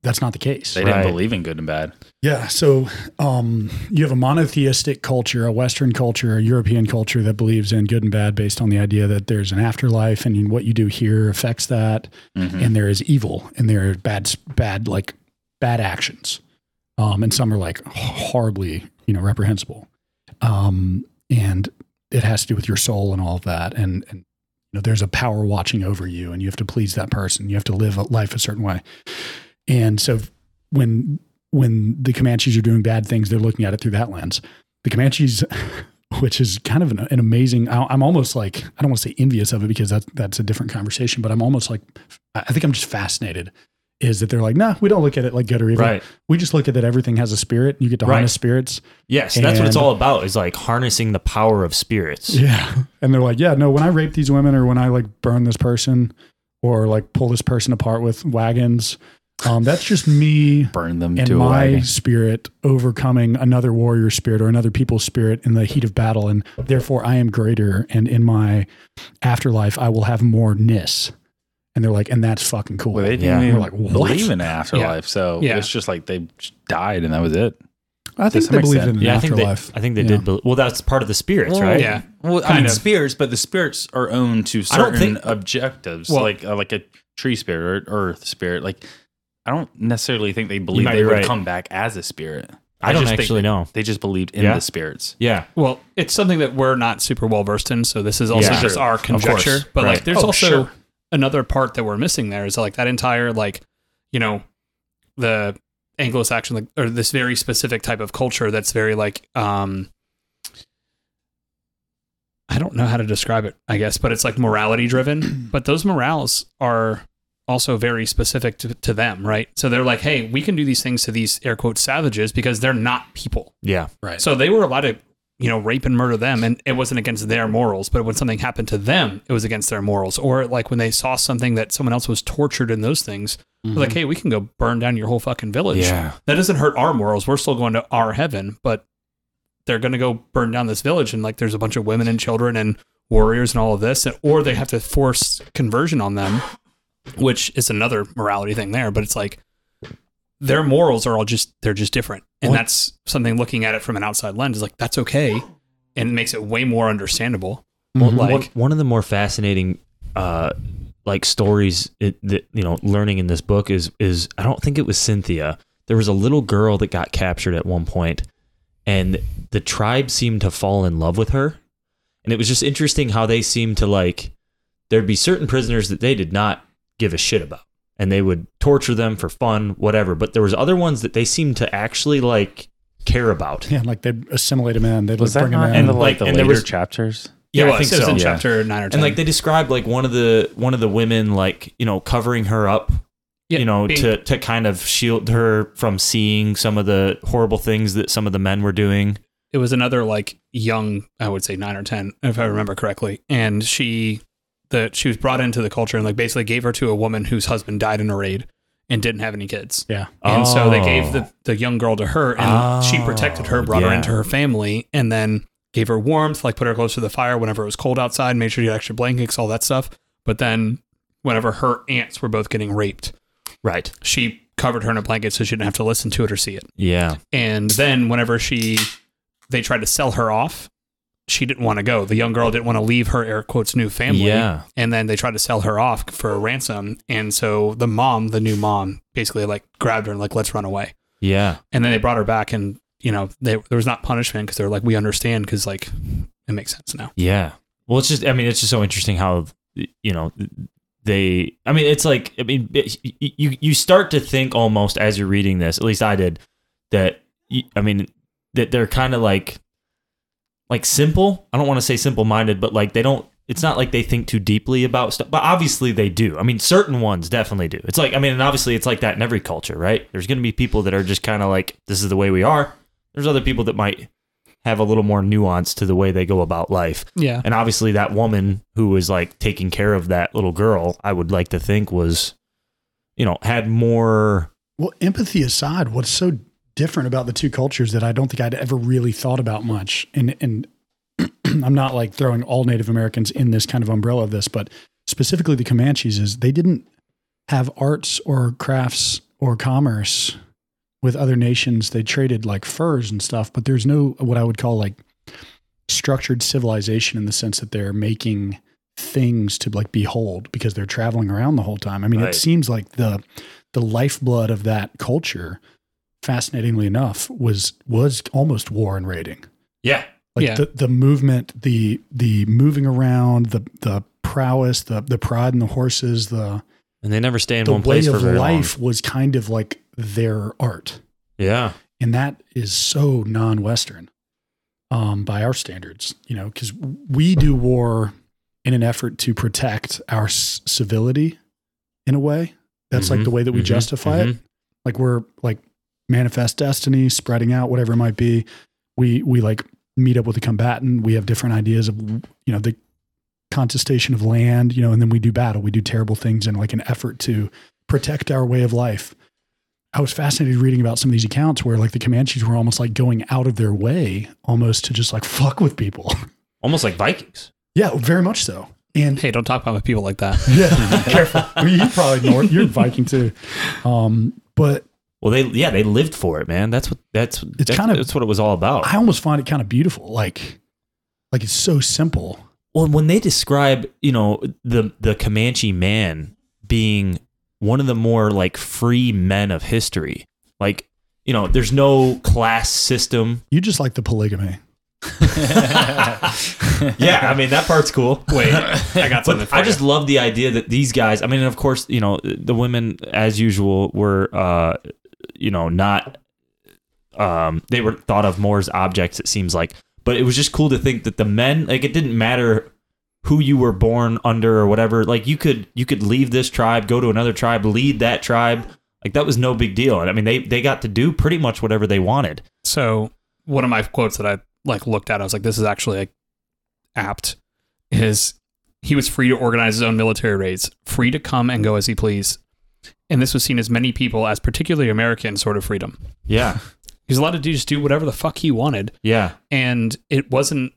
that's not the case. They Right. didn't believe in good and bad. Yeah. So um, you have a monotheistic culture, a Western culture, a European culture that believes in good and bad based on the idea that there's an afterlife and what you do here affects that. Mm-hmm. Mhm. And there is evil and there are bad, bad, like bad actions. Um, and some are like horribly, you know, reprehensible. Um, and it has to do with your soul and all of that. And, and, you know, there's a power watching over you and you have to please that person. You have to live a life a certain way. And so when when the Comanches are doing bad things, they're looking at it through that lens. The Comanches, [laughs] which is kind of an, an amazing, I- I'm almost like I don't want to say envious of it because that's that's a different conversation, but I'm almost like I I think I'm just fascinated. Is that they're like, nah, we don't look at it like good or evil. Right. We just look at that everything has a spirit. You get to Right. harness spirits. Yes, that's what it's And- all about. Is like harnessing the power of spirits. Yeah. [laughs] And they're like, yeah, no, when I rape these women or when I like burn this person or like pull this person apart with wagons Um, that's just me Burn them and to a my wagon. spirit overcoming another warrior spirit or another people's spirit in the heat of battle, and therefore I am greater. And in my afterlife, I will have more ness. And they're like, and that's fucking cool. Well, they Yeah. didn't even We're like, what? believe in the afterlife, so Yeah. it's just like they died and that was it. I think some they believe extent. in an Yeah, I think they, I afterlife. think they Yeah. did. bel well, that's part of the spirits, right? yeah. Well, I Kind mean of. spirits, but the spirits are owned to I don't certain think- objectives, Well- like uh, like a tree spirit or earth spirit. Like, I don't necessarily think they believe might they be would right. come back as a spirit. I don't just think actually know. They just believed in Yeah. the spirits. Yeah, Well, it's something that we're not super well versed in, so this is also Yeah. just our course. conjecture. But like, Right. there's Oh, also sure. another part that we're missing. There is like that entire like, you know, the Anglo-Saxon like, or this very specific type of culture that's very like, um, I don't know how to describe it. I guess, but it's like morality [clears throat] driven. but those morals are also very specific to, to them, right? So they're like, hey, we can do these things to these air quote savages because they're not people. yeah, So they were allowed to, you know, rape and murder them, and it wasn't against their morals. But when something happened to them, it was against their morals. Or like when they saw something that someone else was tortured in those things, they're like, hey, we can go burn down your whole fucking village. yeah. That doesn't hurt our morals. We're still going to our heaven, but they're going to go burn down this village, and like there's a bunch of women and children and warriors and all of this, and, or they have to force conversion on them, which is another morality thing there. But it's like their morals are all just they're just different and that's something looking at it from an outside lens is like that's okay and it makes it way more understandable Well, like- one, one of the more fascinating, uh, like stories it, that you know, learning in this book is is I don't think it was Cynthia. There was a little girl that got captured at one point, and the tribe seemed to fall in love with her, and it was just interesting how they seemed to like. There'd be certain prisoners that they did not give a shit about, and they would torture them for fun, whatever. But there was other ones that they seemed to actually like care [laughs] about. yeah, like they'd assimilate them in. They'd like, bring them in. in the, like, the later chapters? Yeah, It I was. think it was so. in Yeah. chapter 9 or 10 and like they described like one of the one of the women like you know covering her up Yeah, you know being- to to kind of shield her from seeing some of the horrible things that some of the men were doing it was another like young, I would say nine or ten, if I remember correctly. And she the she was brought into the culture and like basically gave her to a woman whose husband died in a raid and didn't have any kids. Yeah. And so they Oh. gave the, the young girl to her and she protected her, Oh, brought her yeah. into her family, and then gave her warmth, like put her close to the fire whenever it was cold outside, made sure you had extra blankets, all that stuff. But then whenever her aunts were both getting raped, right she covered her in a blanket so she didn't have to listen to it or see it. yeah And then whenever she they tried to sell her off, she didn't want to go. The young girl didn't want to leave her air quotes new family. Yeah. And then they tried to sell her off for a ransom. And so the mom, the new mom, basically like grabbed her and like, let's run away. yeah And then they brought her back and, you know, they, there was not punishment because they were like, we understand because like it makes sense now. yeah well it's just i mean it's just so interesting how you know they i mean it's like i mean it- you you start to think almost as you're reading this at least i did that you- i mean that they're kind of like like simple i don't want to say simple minded but like they don't it's not like they think too deeply about stuff but obviously they do i mean certain ones definitely do it's like i mean and obviously it's like that in every culture right there's going to be people that are just kind of like this is the way we are there's other people that might have a little more nuance to the way they go about life Yeah. and obviously, that woman who was like taking care of that little girl, I would like to think was, you know, had more. Well, empathy aside, what's so different about the two cultures that I don't think I'd ever really thought about much, and and [clears throat] I'm not like throwing all Native Americans in this kind of umbrella of this, but specifically the Comanches is they didn't have arts or crafts or commerce with other nations. They traded like furs and stuff, but there's no what I would call like structured civilization in the sense that they're making things to like behold because they're traveling around the whole time. I mean, Right. it seems like the the lifeblood of that culture, fascinatingly enough, was was almost war and raiding Yeah. like Yeah. the, the movement the the moving around the the prowess the the pride in the horses the And they never stay in the one way place for of very life was kind of like their art long. Yeah. and that is so non-western um by our standards you know because we do war in an effort to protect our s- civility in a way that's like Mhm, the way that we mhm, justify it like we're like manifest destiny spreading out whatever it might be we we like meet up with a combatant we have different ideas of you know the contestation of land you know and then we do battle we do terrible things in like an effort to protect our way of life I was fascinated reading about some of these accounts where like the Comanches were almost like going out of their way almost to just like fuck with people. [laughs] almost like Vikings. yeah, very much so. And Hey, don't talk about my people like that. [laughs] yeah, [laughs] careful. I mean, you probably North, you're Viking too. Um, but Well, they yeah they lived for it, man. That's what that's that's, kind of- that's what it was all about. I almost find it kind of beautiful. Like, like it's so simple. Well, when they describe, you know, the the Comanche man being one of the more like free men of history, like you know, there's no class system. You just like the polygamy. [laughs] Yeah, I mean that part's cool. [laughs] Wait, I got something. But For I just love the idea that these guys. I mean, and of course, you know, the women, as usual, were, uh, you know, not. Um, they were thought of more as objects. It seems like, but it was just cool to think that the men, like, it didn't matter who you were born under or whatever. Like, you could you could leave this tribe, go to another tribe, lead that tribe. Like that was no big deal. And I mean, they they got to do pretty much whatever they wanted. So one of my quotes that I like looked at, I was like, this is actually like apt. Is he was free to organize his own military raids, free to come and go as he pleased. And this was seen as many people as particularly American sort of freedom. Yeah, He's allowed to do, just do whatever the fuck he wanted. yeah. And it wasn't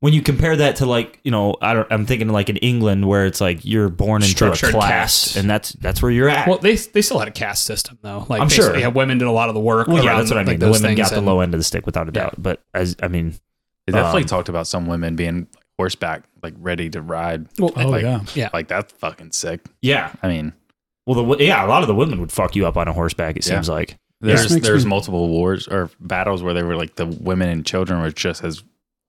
when you compare that to like you know I don't, I'm thinking like in England where it's like you're born into Structured a class caste. and that's that's where you're at. well, they they still had a caste system though. Like I'm they- sure. yeah, women did a lot of the work. Well, yeah, around, that's what I like, mean. the those women things got the and- low end of the stick without a Yeah. doubt. But as I mean, They definitely Um, talked about some women being horseback, like ready to ride. Well, Oh like, yeah, Like that's fucking sick. yeah. I mean, Well, the wo- yeah, a lot of the women would fuck you up on a horseback. It Yeah. seems like there's makes there's me- multiple wars or battles where they were like the women and children were just as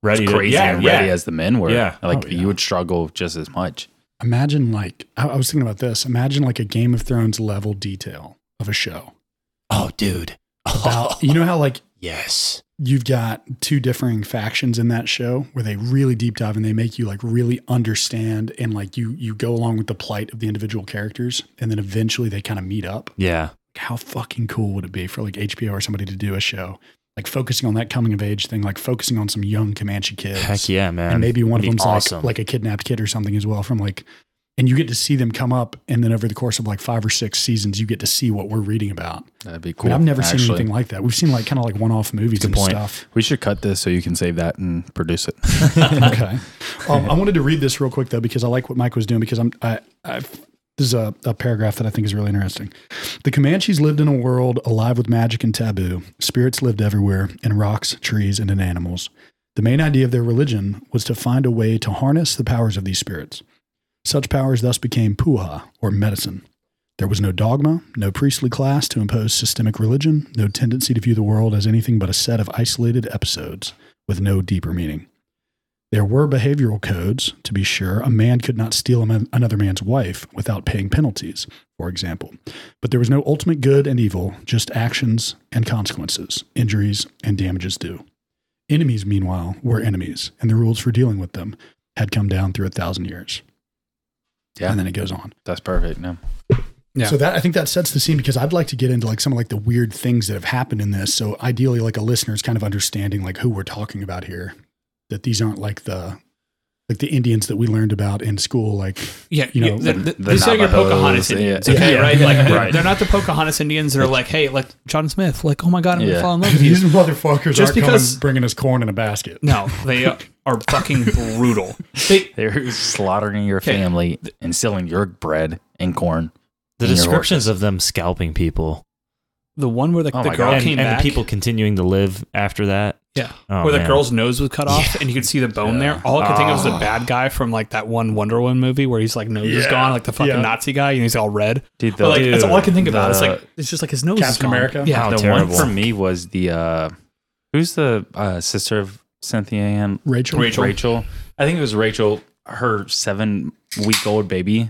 ready, to- crazy yeah, and yeah. ready as the men were. Yeah. Like Oh, yeah. you would struggle just as much. Imagine like I, I was thinking about this. Imagine like a Game of Thrones level detail of a show. oh, dude. [laughs] About, you know how like yes. you've got two differing factions in that show where they really deep dive and they make you like really understand and like you you go along with the plight of the individual characters and then eventually they kind of meet up. Yeah. How fucking cool would it be for like HBO or somebody to do a show like focusing on that coming of age thing, like focusing on some young Comanche kids. Heck yeah, man. and maybe one of It'd be them's awesome. like like a kidnapped kid or something as well from like and you get to see them come up and then over the course of like five or six seasons you get to see what we're reading about That'd be I cool. mean, i've never seen actually. anything like that we've seen like kind of like one-off movies Good and point. stuff We should cut this so you can save that and [laughs] produce it. okay [laughs] um, i wanted to read this real quick though because i like what mike was doing because i'm i i this is a, a paragraph that I think is really interesting. The Comanches lived in a world alive with magic and taboo. Spirits lived everywhere in rocks, trees, and in animals. The main idea of their religion was to find a way to harness the powers of these spirits. Such powers thus became puha, or medicine. There was no dogma, no priestly class to impose systemic religion, no tendency to view the world as anything but a set of isolated episodes with no deeper meaning. There were behavioral codes, to be sure. A man could not steal a man- another man's wife without paying penalties, for example. But there was no ultimate good and evil, just actions and consequences, injuries and damages due. Enemies, meanwhile, were enemies, and the rules for dealing with them had come down through a thousand years. Yeah. And then it goes on. That's perfect. No. Yeah. So that I think that sets the scene because I'd like to get into like some of like the weird things that have happened in this. So ideally, like a listener's kind of understanding like who we're talking about here, that these aren't like the like the Indians that we learned about in school. [coughs] Like Yeah, you you know, know, the, the- the, the these are your Navajos, Pocahontas yeah. Indians, Yeah. okay, Yeah. [laughs] right? Like, Yeah. they're, Right. they're not the Pocahontas Indians that are like, hey, like John Smith, like, oh my god, I'm Yeah. gonna fall in love with you. [laughs] these [laughs] motherfuckers Just just aren't because- because bringing us corn in a basket. No, they are fucking brutal. They, They're [laughs] slaughtering your family and stealing your bread and corn. The And your descriptions of them scalping people the one where the, Oh the my girl God. and, came and back, the people continuing to live after that. yeah, Oh, where the man. girl's nose was cut off and you could see the bone there. All I could think of was the bad guy from like that one Wonder Woman movie where he's like nose is Yeah. gone, like the fucking Yeah. Nazi guy, and he's all red. Dude, But, like that's all I can think about. It's the- like it's just like his nose is Captain gone. America? Yeah, Wow, the terrible. one for me was the uh who's the uh sister of Cynthia Ann Rachel, Rachel. Rachel. I think it was Rachel, her seven week old baby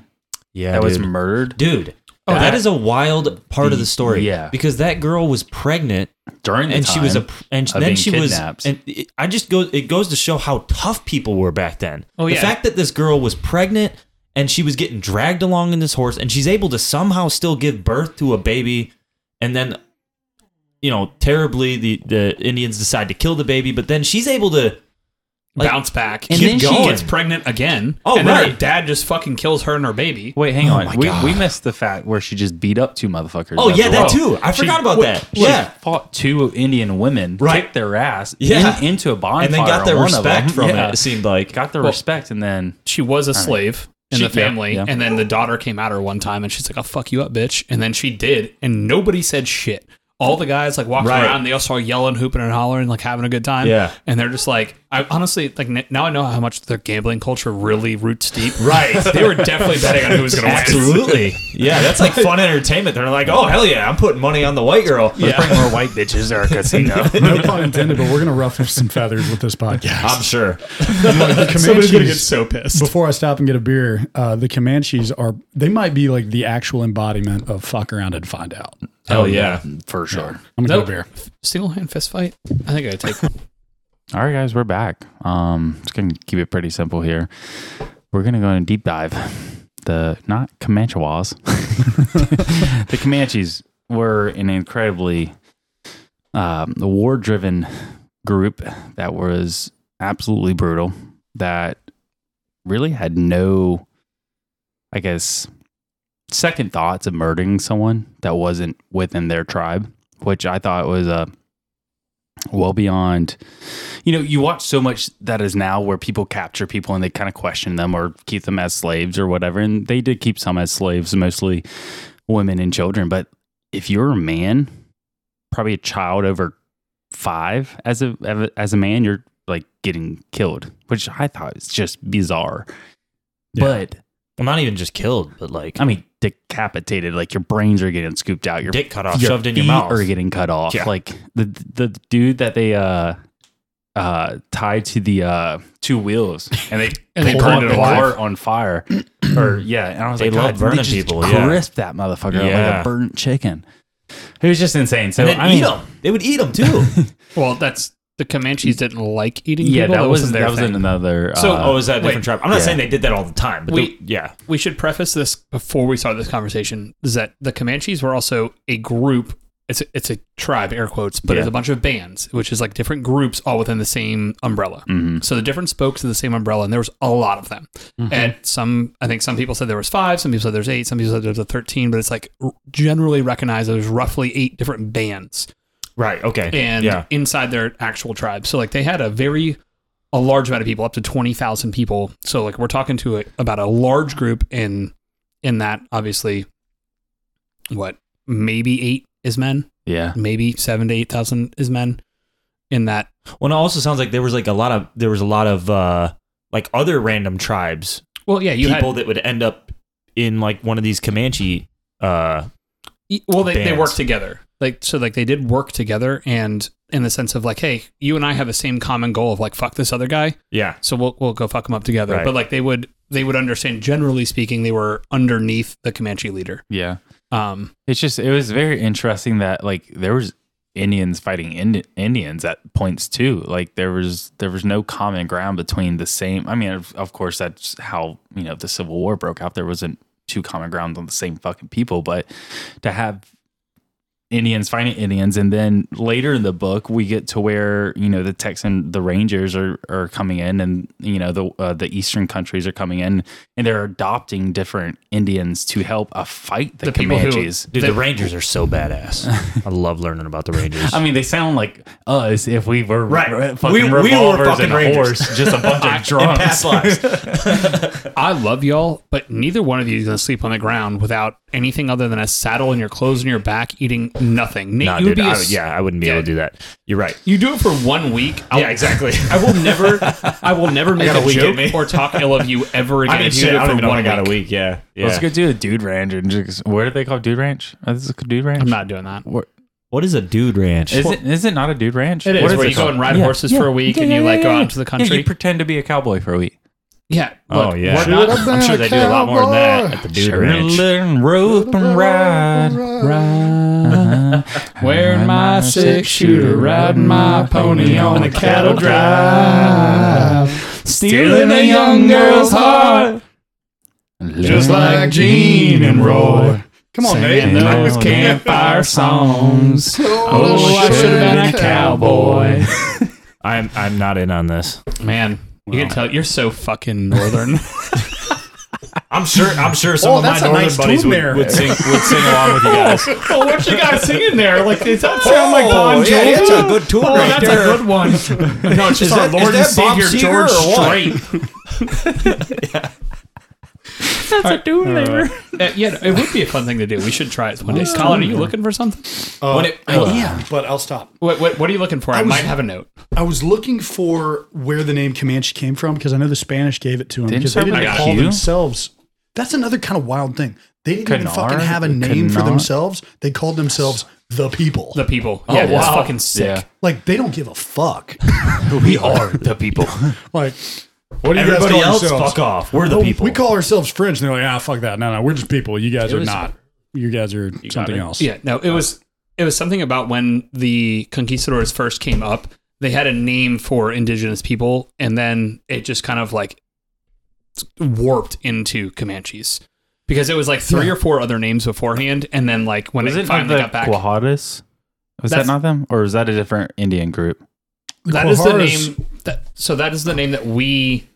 yeah, that was dude. murdered dude. Oh, that that- is a wild part of the story. Yeah. because that girl was pregnant during the and she was a time. pr- and of then being she kidnapped. was and it, I just go it goes to show how tough people were back then. Oh, the yeah. fact that this girl was pregnant and she was getting dragged along in this horse and she's able to somehow still give birth to a baby and then you know terribly the the Indians decide to kill the baby but then she's able to Like- bounce back. And keep then she going. gets gets pregnant again. Oh, and then right. her dad just fucking kills her and her baby. Wait, hang Oh my on. We, God. we missed the fact where she just beat up two motherfuckers. Oh, yeah, after that all. too. I She- forgot about that. She Yeah. fought two Indian women, Right. kicked their ass, Yeah. in- into a bonfire, and then got on their one of respect them. from Yeah. it. It seemed like Got their Well- respect, and then She was a slave in She- the family, yeah, yeah. and then the daughter came at her one time, and she's like, "I'll fuck you up, bitch," and then she did, and nobody said shit. All the guys like walking Right. around, they all started yelling, hooping, and hollering, like having a good time. Yeah. and they're just like, I honestly like n- now I know how much their gambling culture really roots deep. Right. [laughs] they were definitely betting on who was going to win. Absolutely. Yeah, that's like fun entertainment. They're like, oh, hell yeah, I'm putting money on the white girl. bring more white bitches to our casino. No pun intended, but we're going to ruffle some feathers [laughs] with this podcast. I'm sure. The Somebody's going to get Comanches, [laughs] so pissed. before I stop and get a beer, uh, the Comanches are, they might be like the actual embodiment of fuck around and find out. Hell Oh, yeah. For sure. I'm going to Nope. get a beer. Single hand fist fight. I think I take one. All right, guys, we're back. Um, just gonna keep it pretty simple here. We're gonna go in a deep dive. The not Comanchewas, [laughs] the Comanches were an incredibly um, war-driven group that was absolutely brutal. That really had no, I guess, second thoughts of murdering someone that wasn't within their tribe, which I thought was a well beyond you know, you watch so much that is now where people capture people and they kind of question them or keep them as slaves or whatever. And they did keep some as slaves, mostly women and children. But if you're a man, probably a child over five as a as a man, you're like getting killed, which I thought was just bizarre. But I'm not even just killed, but like I mean, decapitated, like your brains are getting scooped out, your dick cut off, your Uh, shoved in your feet mouth. are getting cut off. Yeah. Like the the dude that they uh uh tied to the uh two wheels and they And they caught burned it the alive. car on fire. or yeah, and I was They like, love God, did burning they just people, yeah. Crisp that motherfucker like Yeah. a burnt chicken. It was just insane. So and then I mean, eat them. They would eat them [laughs] too. Well, that's the Comanches didn't like eating. yeah, people. that, was wasn't that their was thing. another. So- uh, oh, is that a Wait. different tribe? I'm not Yeah. saying they did that all the time, but We- they- yeah. we should preface this before we start this conversation is that the Comanches were also a group. It's a, it's a tribe, air quotes, but it's Yeah. a bunch of bands, which is like different groups all within the same umbrella. Mm-hmm. mhm. So the different spokes of the same umbrella, and there was a lot of them. And some, I think some people said there was five, some people said there's eight, some people said there's a thirteen, but it's like r- generally recognized there's roughly eight different bands Right. Okay. and yeah. inside their actual tribe. So like they had a very a large amount of people, up to twenty thousand people. So like we're talking to a, about a large group in in that obviously what maybe eight is men, yeah, maybe seven to eight thousand is men in that. Well, and it also sounds like there was like a lot of there was a lot of uh like other random tribes Well, yeah, you people that would end up in like one of these Comanche. Uh, had e, well they they bands. worked together. Like so like they did work together and in the sense of like hey, you and I have the same common goal of like fuck this other guy. yeah. so we'll we'll go fuck them up together. Right. But like they would they would understand. Generally speaking, they were underneath the Comanche leader. yeah. Um, It's just it was very interesting that like there was Indians fighting Indi- Indians at points too. Like there was there was no common ground between the same. I mean, of, of course that's how you know the Civil War broke out. There wasn't two common grounds on the same fucking people, but to have Indians fighting Indians, and then later in the book we get to where you know the Texan the Rangers are are coming in, and you know the uh, the Eastern countries are coming in, and they're adopting different Indians to help uh, fight the, The people who- Comanches. Dude, They- the Rangers are so [laughs] badass. I love learning about the [laughs] Rangers. I mean, they sound like us if we were Right. re- fucking We- we were revolvers fucking and a Rangers. horse, [laughs] just a bunch of In past drunks. lives. [laughs] I love y'all, but neither one of you is gonna sleep on the ground without anything other than a saddle and your clothes and your back, eating nothing. Nate, Nah, you would dude, be a I, s- yeah, I wouldn't be Yeah. able to do that. You're right. You do it for one week. I'll, [laughs] exactly. I will never, I will never make got a a week in joke me. or talk ill of you ever again. I mean, if you shit, do I it don't for even know if I one got week. a week. Yeah, Let's yeah. go do a dude ranch and just, what do they call dude ranch? Is this a dude ranch? I'm not doing that. What is a dude ranch? Is it, is it not a dude ranch? It is What where you go called? and ride Yeah. horses for a week Yeah, and you yeah, like yeah, go yeah. out into the Yeah, country. you pretend to be a cowboy for a week. Yeah. oh look, yeah, we're not- I'm sure they do a lot more than that at the dude ranch. Learn rope and ride, [laughs] ride. Wearing my six shooter, riding my pony on the cattle drive. stealing a young girl's heart, Just like Gene and Roy. Come on, Singing Nate. those campfire songs. [laughs] Oh, I should have been a cowboy. I'm I'm not in on this. Man, You can tell you're so fucking [laughs] northern. I'm sure. I'm sure some Oh, of my that's a northern nice buddies tune would, there. would sing would sing [laughs] along with you guys. well, Oh, what you got singing there? Like it does Oh, sound like Bon Jovi. good tune oh, that's a good one. [laughs] No, it's just our Lord and Savior George Strait. That's a doom Oh. there. Uh, yeah, it would be a fun thing to do. We should try it one day. Colin, are you looking for something? Oh, I am, but I'll stop. What, what, what are you looking for? I, Uh, was- might have a note. I was looking for where the name Comanche came from because I know the Spanish gave it to them Didn't because they somebody didn't got call you? themselves. That's another kind of wild thing. They didn't even Canar? fucking have a name for Canar? themselves. They called themselves the people. The people. yeah, that's fucking sick. Yeah. like they don't give a fuck. We are the people. Like What do you guys Everybody call else, yourselves? fuck off. We're the "Oh, people. we call ourselves French, and they're like, ah, fuck that. No, no, we're just people. You guys are was- not. You guys are something else. Yeah, no, it was it was something about when the conquistadors first came up. They had a name for indigenous people, and then it just kind of like warped into Comanches because it was like three Yeah. or four other names beforehand, and then like when Was they it not finally the got back, Guajadas? Was That's- that not them, or is that a different Indian group? that is the Guajaras- name. That, so that is the name that we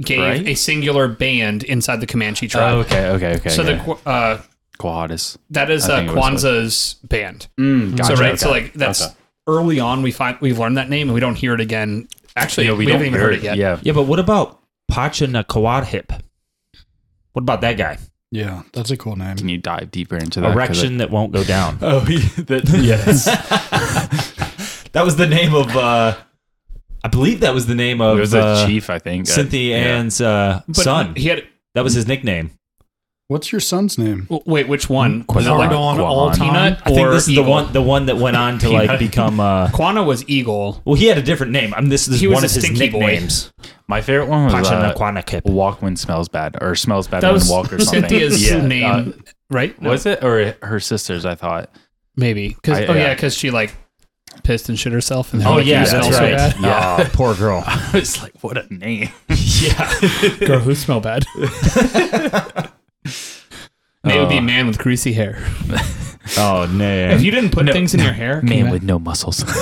gave Right? Oh, a singular band inside the Comanche tribe. okay, okay, okay. Oh, so okay. the Gu- uh, Guajadas. that is I uh, think it was Kwanzaa's band. Mm, so right, so like that's early on. We find we've learned that name, and we don't hear it again. Actually, yeah, we, haven't even heard it yet. Yeah, Yeah, but what about Pachinakawadhip? What about that guy? Yeah, that's a cool name. [laughs] can you dive deeper into that? 'Cause [laughs] Erection that won't go [laughs] down. Oh, yes. that was the name of. uh I believe that was the name It of it was uh, a chief, I think. uh, Cynthia yeah. Ann's uh, But son. he had That was his nickname. [laughs] What's your son's name? w- wait, which one? Was it Hard like on Guahan. all time. Peanut I think or this is Eagle? the one. The one that went on to like become. Uh, Quana was Eagle. well, he had a different name. I'm. This is He was one a of his stinky boy. nicknames. My favorite one was uh, Pachinakwanakip. Walk When Smells Bad, or Smells Bad That When was Walk, or something. [laughs] Cynthia's Yeah, uh, name, right? No, was it or her sister's? I thought. maybe? Cause, I- oh yeah, yeah. because she like pissed and shit herself. And Oh like, yeah, you that's smell so right. bad. Oh, [laughs] poor girl. I was like, what a name. [laughs] Girl, who smell bad? May would be a man with greasy hair. Oh [laughs] no. If you didn't put things in your hair, can you Man ma- with no [laughs] muscles. [laughs]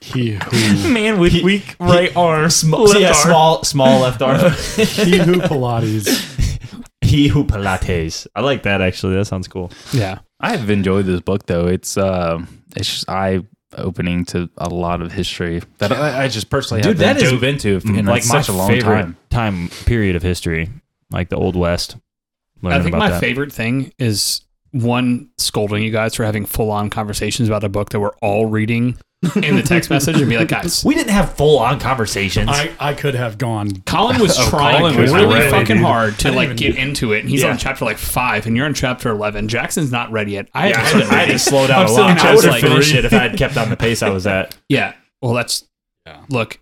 He who, man with weak right arm, [laughs] small left yeah, small small left [laughs] arm. he who Pilates. he who pilates. I like that actually. That sounds cool. yeah. I've enjoyed this book though. It's uh, it's just eye opening to a lot of history that I, I just personally Dude, haven't that is mm, dove into for you know, like my such a long favorite time. time. period of history, like the old west. I Learning think about my that. favorite thing is one scolding you guys for having full on conversations about a book that we're all reading in the [laughs] text message and be like, guys, We didn't have full on conversations. I, I could have gone. Colin Oh, was trying Colin was really ready, fucking dude. hard to like even- get into it, and he's Yeah. on chapter like five, and you're on chapter eleven. Jackson's not ready yet. I, I yeah, had, to, I had to slow down a still in lot. I chapter would have like finished three. it if I had kept on the pace I was at. yeah. Well, that's look.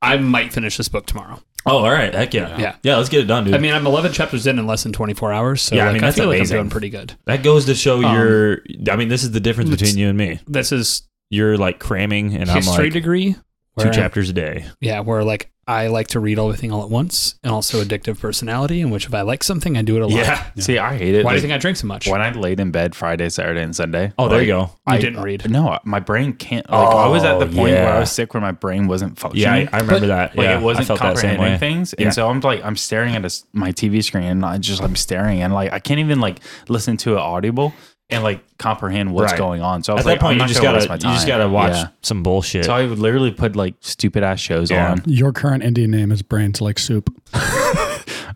I might finish this book tomorrow. [laughs] Oh, all right. Heck yeah. Yeah. Yeah, let's get it done, dude. I mean, I'm 11 chapters in in less than 24 hours, so Yeah, I like, I, mean, that's feel amazing. like I'm doing pretty good. that goes to show Um, your. I mean, this is the difference it's- between you and me. This is You're like cramming, and I'm history like two degree. where I'm- chapters a day. Yeah, where like I like to read everything all at once, and also addictive personality, in which if I like something, I do it a lot. See, I hate it. Why do you Like, think I drink so much? when I laid in bed Friday, Saturday, and Sunday. Oh, there you like, go. You I didn't read. No, my brain can't. Like, I was at the Oh, point where yeah. I was sick, where my brain wasn't Yeah, functioning. I, I remember that. Like yeah, it wasn't I felt that same comprehending way. things, Yeah. and so I'm like, I'm staring at a s my TV screen, and I just I'm staring, and like I can't even like listen to an audible and like comprehend what's Right. going on. So I was At like, that point, I'm you not just gonna gotta waste my you just time. gotta watch Yeah. some bullshit. So I would literally put like stupid ass shows Yeah. on. [laughs] Your current Indian name is Brains Like Soup.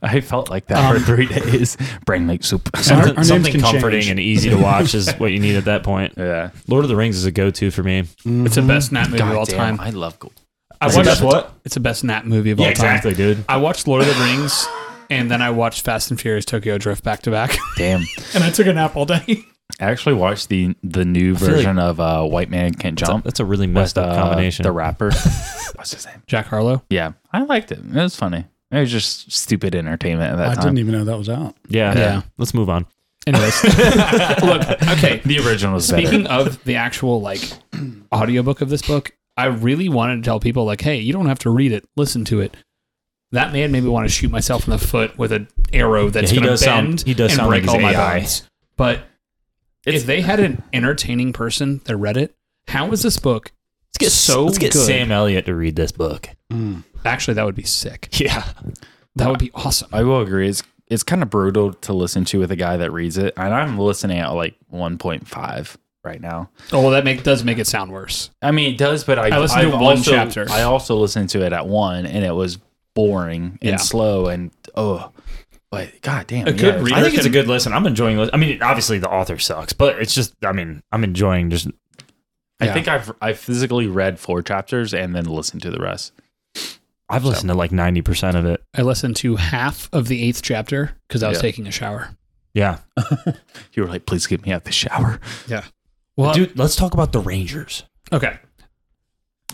I felt like that Um, for three days. [laughs] Brain like [laughs] soup. Our- our something names something can comforting change. and easy to watch is what you need at that point. yeah. Lord of the Rings is a go-to for me. it's the best nap movie of all Goddamn, time. I love gold. I Is it best what? It's the best nap movie of Yeah, all time. exactly, dude. I watched Lord of the Rings, and then I watched Fast and Furious Tokyo Drift back to back, Damn. and I took a nap all day. I actually watched the the new feel like- version of uh, White Man Can't That's a, Jump. that's a really messed with, up uh, combination. The [laughs] rapper. What's his name? [laughs] Jack Harlow. Yeah. I liked it. It was funny. It was just stupid entertainment at that I time. didn't even know that was out. yeah, Yeah. yeah. Let's move on. [laughs] Anyways, look, okay. The original was Speaking of the actual like [clears throat] audiobook of this book, I really wanted to tell people like, hey, you don't have to read it, listen to it. That man made me want to shoot myself in the foot with an arrow that's Yeah, he going does to sound- bend he does and sound break like all he's my AI. bones. But if they had an entertaining person that read it, how is this book Let's get So let's get good. Sam Elliott to read this book. Actually, that would be sick. Yeah, That would be awesome. I will agree. It's it's kind of brutal to listen to with a guy that reads it, and I'm listening at like 1.5 right now. Oh, well, that make, does make it sound worse. I mean, it does, but I, I listened to I've one also- chapter. I also listened to it at one, and it was boring and Yeah. slow and oh, but god damn, A good read- I think it's a good listen. I'm enjoying. lis- I mean, obviously the author sucks, but it's just. I mean, I'm enjoying just. I Yeah. think I've I physically read four chapters and then listened to the rest. I've listened to like ninety percent of it. I listened to half of the eighth chapter because I was Yeah. taking a shower. Yeah, You were like, please get me out the shower. [laughs] Well, dude, let's talk about the Rangers. okay.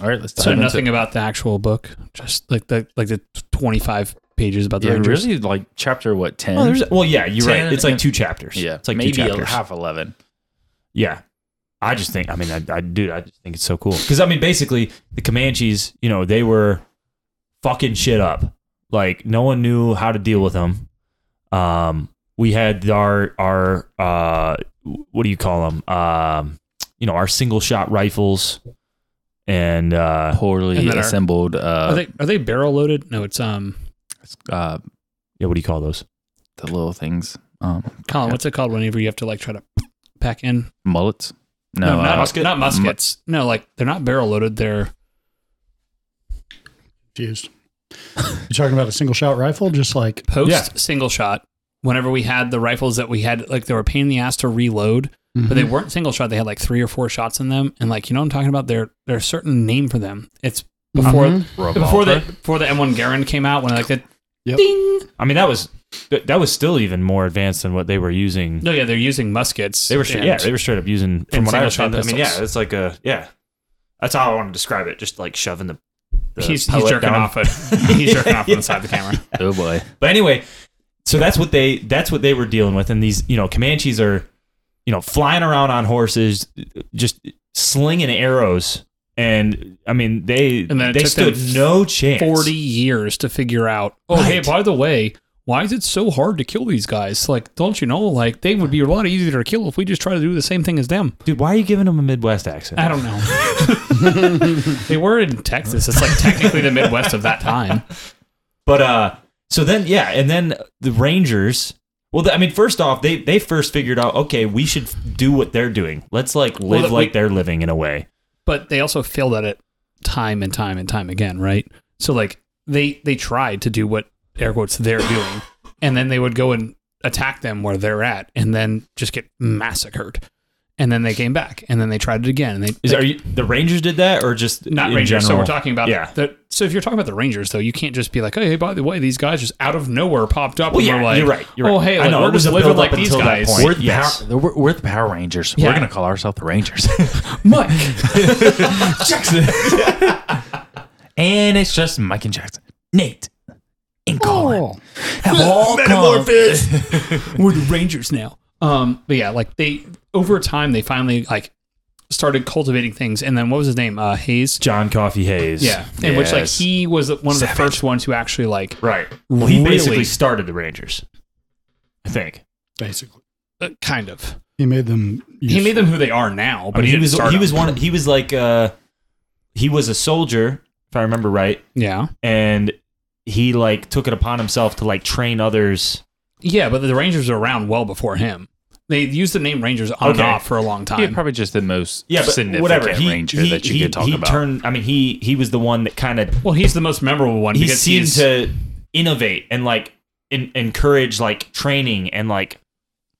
All right, let's dive So into nothing about the actual book, just like the like the twenty five pages about the Yeah, Rangers. really, like chapter what ten? Oh, there's. Well, yeah, you're right. Ten It's like and- two chapters. yeah, it's like maybe two a- chapters. half eleven. Yeah. I just think, I mean, I, I dude, I just think it's so cool. Cause I mean, basically, the Comanches, you know, they were fucking shit up. Like, no one knew how to deal with them. Um, we had our, our, uh, what do you call them? Um, you know, our single shot rifles and, uh, Poorly And then our- assembled. uh, are they are they barrel loaded? No, it's um. uh, yeah, what do you call those? the little things. Um, Colin, what's it called? Whenever you have to like try to pack in? mullets. No, not, uh, musket, not muskets. no, like they're not barrel loaded. They're Confused. You talking about a single shot rifle? Just like post Yeah. single shot. Whenever we had the rifles that we had, like they were a pain in the ass to reload, but Mm-hmm. Mhm. they weren't single shot. They had like three or four shots in them, and like you know what I'm talking about. There, there's a certain name for them. It's before Mm-hmm. before the before the M1 Garand came out when like that. I mean, that was, that that was still even more advanced than what they were using. No, yeah, they're using muskets. They were straight, yeah, and- they were straight up using from and what I was single-shot I mean, yeah, pistols. it's like a yeah. That's how I want to describe it. Just like shoving the, the he's, he's pellet jerking down. off. A, [laughs] he's jerking [laughs] off on the side of the [laughs] camera. Oh boy. But anyway, so that's what they that's what they were dealing with, and these you know Comanches are you know flying around on horses, just slinging arrows, and I mean they And then it they took stood them no chance. 40 years to figure out, oh, hey, Right. by the way, why is it so hard to kill these guys? Like, don't you know? Like, they would be a lot easier to kill if we just try to do the same thing as them. dude. Why are you giving them a Midwest accent? I don't know. [laughs] they were in Texas. It's like technically the Midwest of that time. But uh, so then yeah, and then the Rangers. Well, th- I mean, first off, they they first figured out okay, we should f- do what they're doing. Let's like live that we- like they're living in a way. But they also failed at it time and time and time again, right? So, like, they they tried to do what air quotes they're doing, and then they would go and attack them where they're at, and then just get massacred. And then they came back, and then they tried it again, and they Is are you, the Rangers did that or just not in Rangers. So general? we're talking about Yeah. The, so if you're talking about the Rangers, though, you can't just be like, hey, by the way, these guys just out of nowhere popped up. Well, and yeah, we're like, you're right. You're oh, right. hey, I like, know, we're it was just a living build like up these until that guys. point. We're the, Yes. power, we're, we're the Power Rangers. Yeah. We're gonna call ourselves the Rangers. [laughs] Mike, Jackson. and it's just Mike and [laughs] Jackson, Nate, and Oh. Colin Oh, have all come. [laughs] we're the Rangers now. Um, but yeah, like they over time they finally like started cultivating things, and then what was his name? Uh, Hayes. John Coffee Hayes. Yeah, in which like Yes. he was one of the first ones who actually like Right. Well, he Really? basically started the Rangers. I think. basically, uh, kind of he made them. he made them who they are now, but I mean, he, he, didn't was start he was them. one he was like uh he was a soldier, if I remember right, yeah and he like took it upon himself to like train others. yeah, but the Rangers were around well before him. They used the name Rangers on and Okay. off for a long time. Yeah, probably just the most Yeah, but significant whatever. He, Ranger he- that you he- could talk he about. Turned, I mean, he he was the one that kind of Well, he's the most memorable one he because seemed he's to innovate and like in, encourage like training and like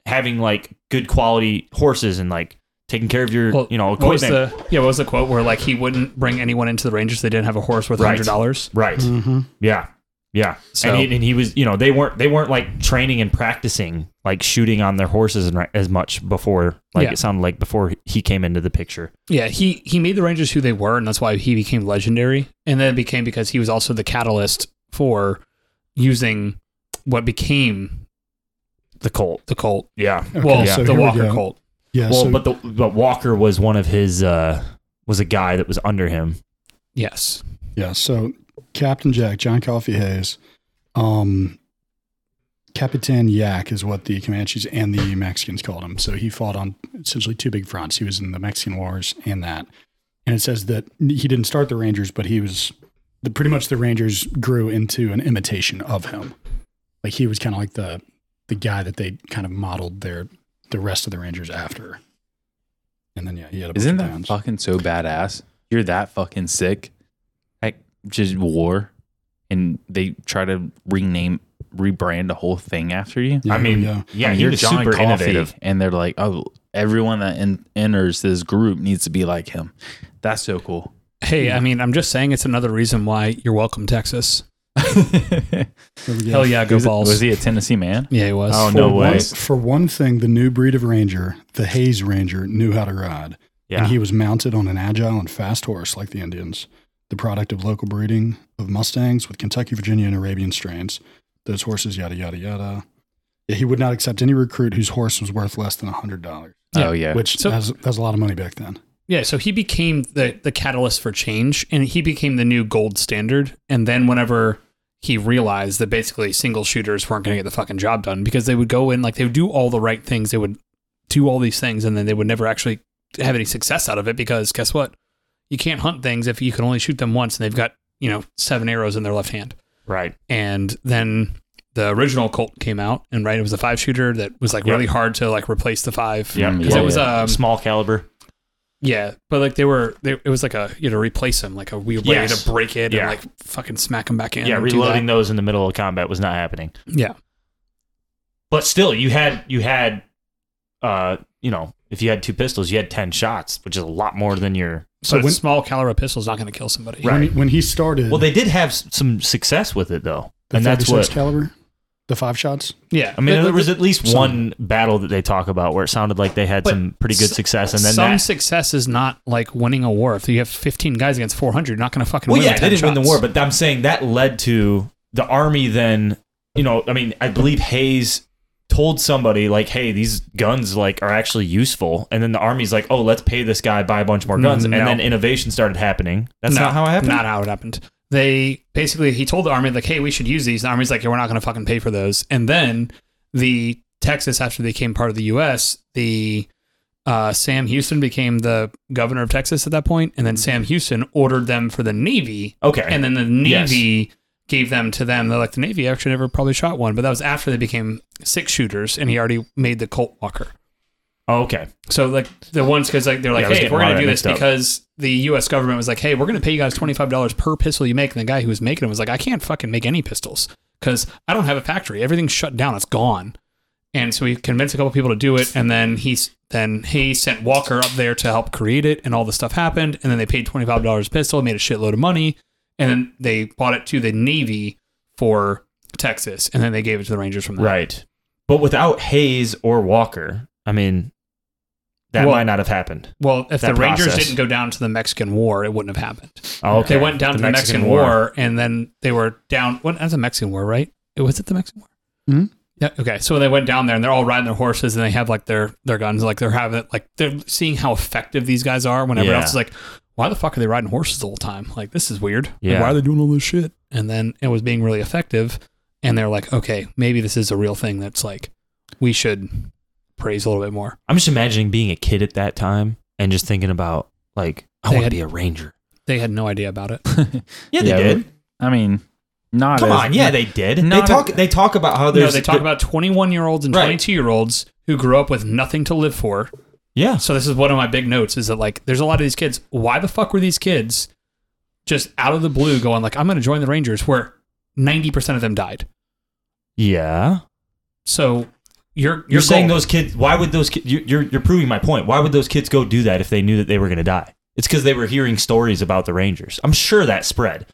having like good quality horses and like taking care of your well, you know What was equipment. the yeah? What was the quote where like he wouldn't bring anyone into the Rangers? They didn't have a horse worth Right. hundred dollars. right. Mm-hmm. Yeah. Yeah. So- and, he, and he was, you know, they weren't they weren't like training and practicing like shooting on their horses and, ri- as much before. Like Yeah. it sounded like before he came into the picture. Yeah, he he made the Rangers who they were, and that's why he became legendary. And then it became because he was also the catalyst for using what became The Colt. the cult. Yeah. well, so the here we Walker go. cult. Yeah, Well, so but the but Walker was one of his uh was a guy that was under him. Yes, Yeah, so Captain Jack, John Coffee Hayes, um, Capitan Yak is what the Comanches and the Mexicans called him. So he fought on essentially two big fronts. He was in the Mexican Wars and that. and it says that he didn't start the Rangers, but he was the, pretty much the Rangers grew into an imitation of him. Like he was kind of like the the guy that they kind of modeled their the rest of the Rangers after. And then yeah, he had a bunch Isn't of that downs. fucking so badass? You're that fucking sick. Like just war, and they try to rename, rebrand the whole thing after you. Yeah, I mean, yeah. Yeah, And he you're was John super Coffey, innovative. and they're like, oh, everyone that en- enters this group needs to be like him. That's so cool. Hey, I mean, I'm just saying it's another reason why you're welcome, Texas. There we go. Hell yeah, go was, balls. was he a Tennessee man? yeah, he was. Oh, For no way. One, for one thing, the new breed of ranger, the Hayes Ranger, knew how to ride. Yeah. And he was mounted on an agile and fast horse like the Indians, the product of local breeding of Mustangs with Kentucky, Virginia, and Arabian strains. Those horses, yada, yada, yada. Yeah, He would not accept any recruit whose horse was worth less than $100, Oh yeah. which So- that's that's a lot of money back then. Yeah, so he became the the catalyst for change, and he became the new gold standard. And then whenever he realized that basically single shooters weren't going to get the fucking job done because they would go in like they would do all the right things, they would do all these things, and then they would never actually have any success out of it because guess what? You can't hunt things if you can only shoot them once, and they've got you know seven arrows in their left hand. Right. And then the original Colt came out, and right, it was a five shooter that was like Yep. really hard to like replace the five. Yeah. 'Cause it was um, small caliber. yeah, but like they were, they, it was like a you know replace them, like a weird way Yes. to break it Yeah. and like fucking smack them back in. Yeah, and do reloading those in the middle of combat was not happening. that. Yeah, But still, you had you had uh, you know, if you had two pistols, you had 10 shots, which is a lot more than your so So but a when- small caliber pistol is not going to kill somebody. When he- When he started, Well, they did have s- some success with it though. the and that's 36 what caliber, the five shots. Yeah, I mean, But- there but- was at least Some- one battle that they talk about where it sounded like they had But some pretty good s- success, and then some that. success is not like winning a war. If you have 15 guys against 400, you're not going to fucking well, win. yeah, with they 10 didn't win the shots. war, but I'm saying that led to the army. Then you know, I mean, I believe Hayes told somebody like, "Hey, these guns like are actually useful," and then the army's like, "Oh, let's pay this guy buy a bunch more guns," No. and then innovation started happening. That's No, not how it happened. Not how it happened. They basically he told the army like, "Hey, we should use these." The army's like, "Yeah, we're not going to fucking pay for those." And then the Texas, after they became part of the U.S., the uh, Sam Houston became the governor of Texas at that point, and then Sam Houston ordered them for the Navy, okay, and then the Yes. Navy gave them to them. They're like, "The Navy actually never probably shot one," but that was after they became six shooters, and he already made the Colt Walker. oh, okay, So like the ones because like they're like, Yeah, I was hey, getting we're a lot gonna of do that this mixed up. because the U.S. government was like, hey, we're gonna pay you guys twenty five dollars per pistol you make, and the guy who was making them was like, I can't fucking make any pistols because I don't have a factory. Everything's shut down. It's gone. And so he convinced a couple people to do it, and then he's then he sent Walker up there to help create it, and all this stuff happened, and then they paid twenty five dollars pistol, made a shitload of money, and then they bought it to the Navy for Texas, and then they gave it to the Rangers from there. right, but without Hayes or Walker, I mean, that Well- might not have happened. Well, if the That Rangers process. didn't go down to the Mexican War, it wouldn't have happened. Oh, okay, They went down to the Mexican, War. and then they were down. What as a Mexican War, right? It- Was it the Mexican War? Mhm. Yeah. Okay. So they went down there, and they're all riding their horses, and they have like their their guns, like they're having like they're seeing how effective these guys are. When everyone Yeah. else is like, "Why the fuck are they riding horses the whole time? Like this is weird. Like, Yeah. why are they doing all this shit?" And then it was being really effective, and they're like, "Okay, maybe this is a real thing. That's like we should praise a little bit more." I'm just imagining being a kid at that time and just thinking about like I They want to had- be a ranger. They had no idea about it. Yeah, they did. I mean, not Come as- on, yeah, they did. They not a- talk. They talk about how No, there's. they talk about 21 year olds and Right. 22 year olds who grew up with nothing to live for. yeah. So this is one of my big notes is that like there's a lot of these kids. Why the fuck were these kids just out of the blue going like I'm going to join the Rangers where 90% of them died. Yeah. So you're You're saying goal- those kids. Why would those kids? You're you're proving my point. Why would those kids go do that if they knew that they were going to die? It's because they were hearing stories about the Rangers. I'm sure that spread.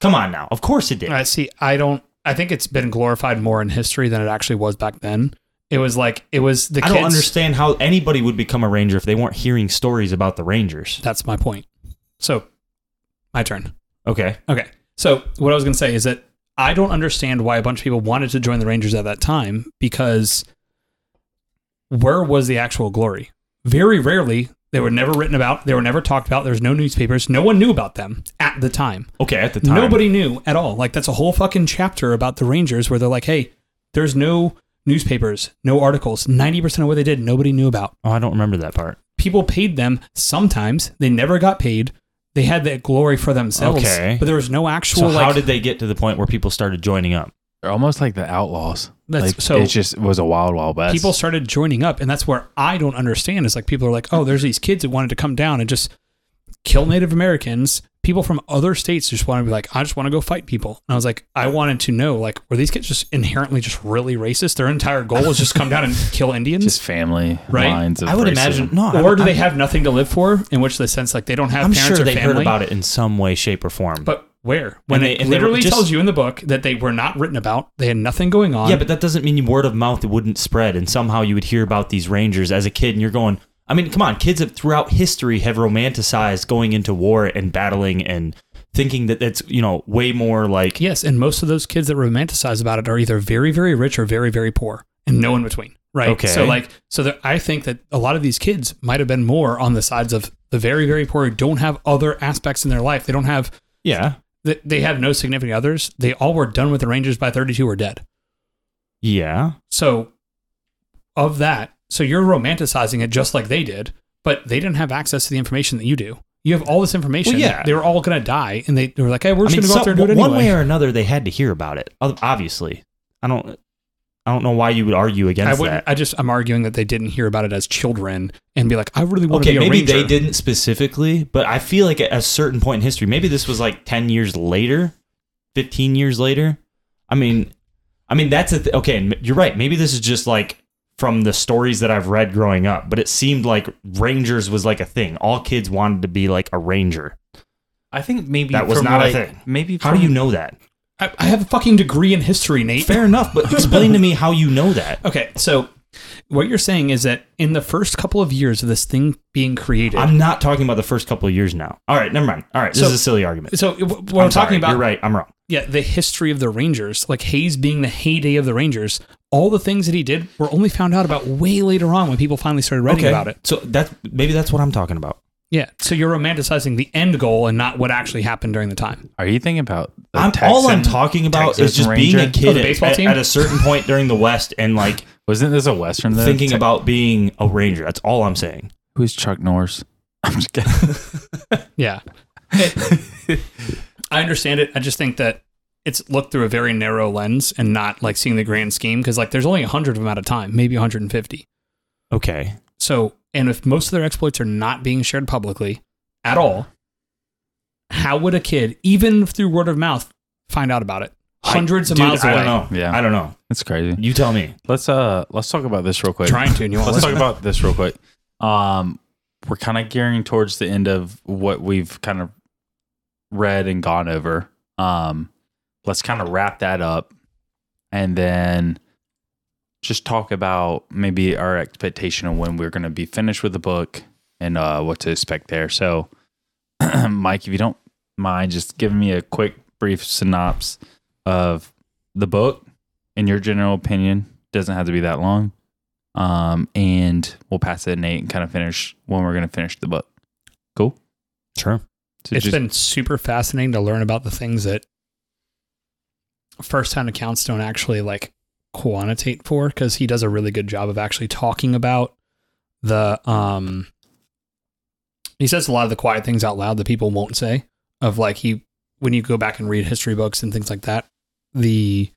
Come on now. Of course it did. I see I don't I think it's been glorified more in history than it actually was back then. It was like it was the I kids don't understand how anybody would become a Ranger if they weren't hearing stories about the Rangers. That's my point. So my turn. Okay. Okay. So what I was going to say is that I don't understand why a bunch of people wanted to join the Rangers at that time because where was the actual glory? Very rarely. They were never written about. They were never talked about. There's no newspapers. No one knew about them at the time. Okay. At the time, Nobody knew at all. Like that's a whole fucking chapter about the Rangers where they're like, "Hey, there's no newspapers, no articles. 90% of what they did nobody knew about." Oh, I don't remember that part. people paid them sometimes. They never got paid. They had that glory for themselves. Okay. But there was no actual So like how did they get to the point where people started joining up? They're almost like the outlaws. That's- like, so- it just was a wild, wild west. people started joining up and that's where i don't understand is like people are like oh there's these kids that wanted to come down and just kill native americans people from other states just want to be like i just want to go fight people and i was like i wanted to know like were these kids just inherently just really racist their entire goal was just come [laughs] down and kill indians just family Right? lines of I would racism. imagine. No, I- or do I- they have nothing to live for in which the sense like they don't have I'm parents sure or they family heard about it in some way, shape, or form. but where when And they- it and they were literally just- tells you in the book that they were not written about they had nothing going on yeah, but that doesn't mean word of mouth wouldn't spread, and somehow you would hear about these rangers as a kid, and you're going. I mean, come on, kids have, throughout history have romanticized going into war and battling and thinking that that's you know way more like Yes, and most of those kids that romanticize about it are either very, very rich or very, very poor, and no in between. Right. Okay. So like, so there, I think that a lot of these kids might have been more on the sides of the very, very poor who don't have other aspects in their life. They don't have. yeah They they have no significant others. They all were done with the Rangers by 32 or dead. yeah So, of that, so you're romanticizing it just like they did, but they didn't have access to the information that you do. You have all this information. Well, yeah. They were all going to die, and they, they were like, "Hey, we're I just going mean, to go out some- there and do it anyway." one way or another, they had to hear about it. ob- Obviously, I don't. I don't know why you would argue I against wouldn't. that. I just I'm arguing that they didn't hear about it as children and be like, I really want okay, to be a maybe ranger. they didn't specifically, but I feel like at a certain point in history, maybe this was like ten years later, fifteen years later. I mean, I mean that's a th- okay. And m- you're right. Maybe this is just like from the stories that I've read growing up, but it seemed like rangers was like a thing. All kids wanted to be like a ranger. I think maybe That was from, not a like- thing. Maybe How do you know? know that? I, I have a fucking degree in history, Nate. Fair enough, but explain to me how you know that. Okay, so what you're saying is that in the first couple of years of this thing being created, I'm not talking about the first couple of years now. All right, never mind. All right, this So- is a silly argument. so w- what I'm, I'm sorry, talking about, You're right. I'm wrong. yeah, the history of the Rangers, like Hayes being the heyday of the Rangers, all the things that he did were only found out about way later on when people finally started writing about it. So that's maybe that's what I'm talking about. Yeah, so you're romanticizing the end goal and not what actually happened during the time. Are you thinking about the I'm, all I'm Texan- talking about Texas is just Ranger? being a Oh, kid the at- baseball at, team? at a certain point during the West and [laughs] like Wasn't this a western? Though? thinking Te- about being a ranger. That's all I'm saying. who's Chuck Norris? [laughs] I'm just kidding. Yeah. I understand it. I just think that it's looked through a very narrow lens and not like seeing the grand scheme because like there's only 100 of them at a time, maybe 150. Okay. So, and if most of their exploits are not being shared publicly at all, how would a kid, even through word of mouth, find out about it? Hundreds of Dude, miles I away. don't know. Yeah. I don't know. That's crazy. You tell me. Let's uh let's talk about this real quick. Trying to, and you won't Let's talk listen. about this real quick. Um, we're kind of gearing towards the end of what we've kind of read and gone over. Um, let's kind of wrap that up, and then just talk about maybe our expectation of when we're going to be finished with the book and uh, what to expect there. So, [clears throat] Mike, if you don't mind, just giving me a quick, brief synopsis of the book in your general opinion. Doesn't have to be that long um, and we'll pass it to Nate and kind of finish when we're going to finish the book. Cool. Sure. So It's just- been super fascinating to learn about the things that first-hand accounts don't actually like quantitate for because he does a really good job of actually talking about the um he says a lot of the quiet things out loud that people won't say of like he when you go back and read history books and things like that the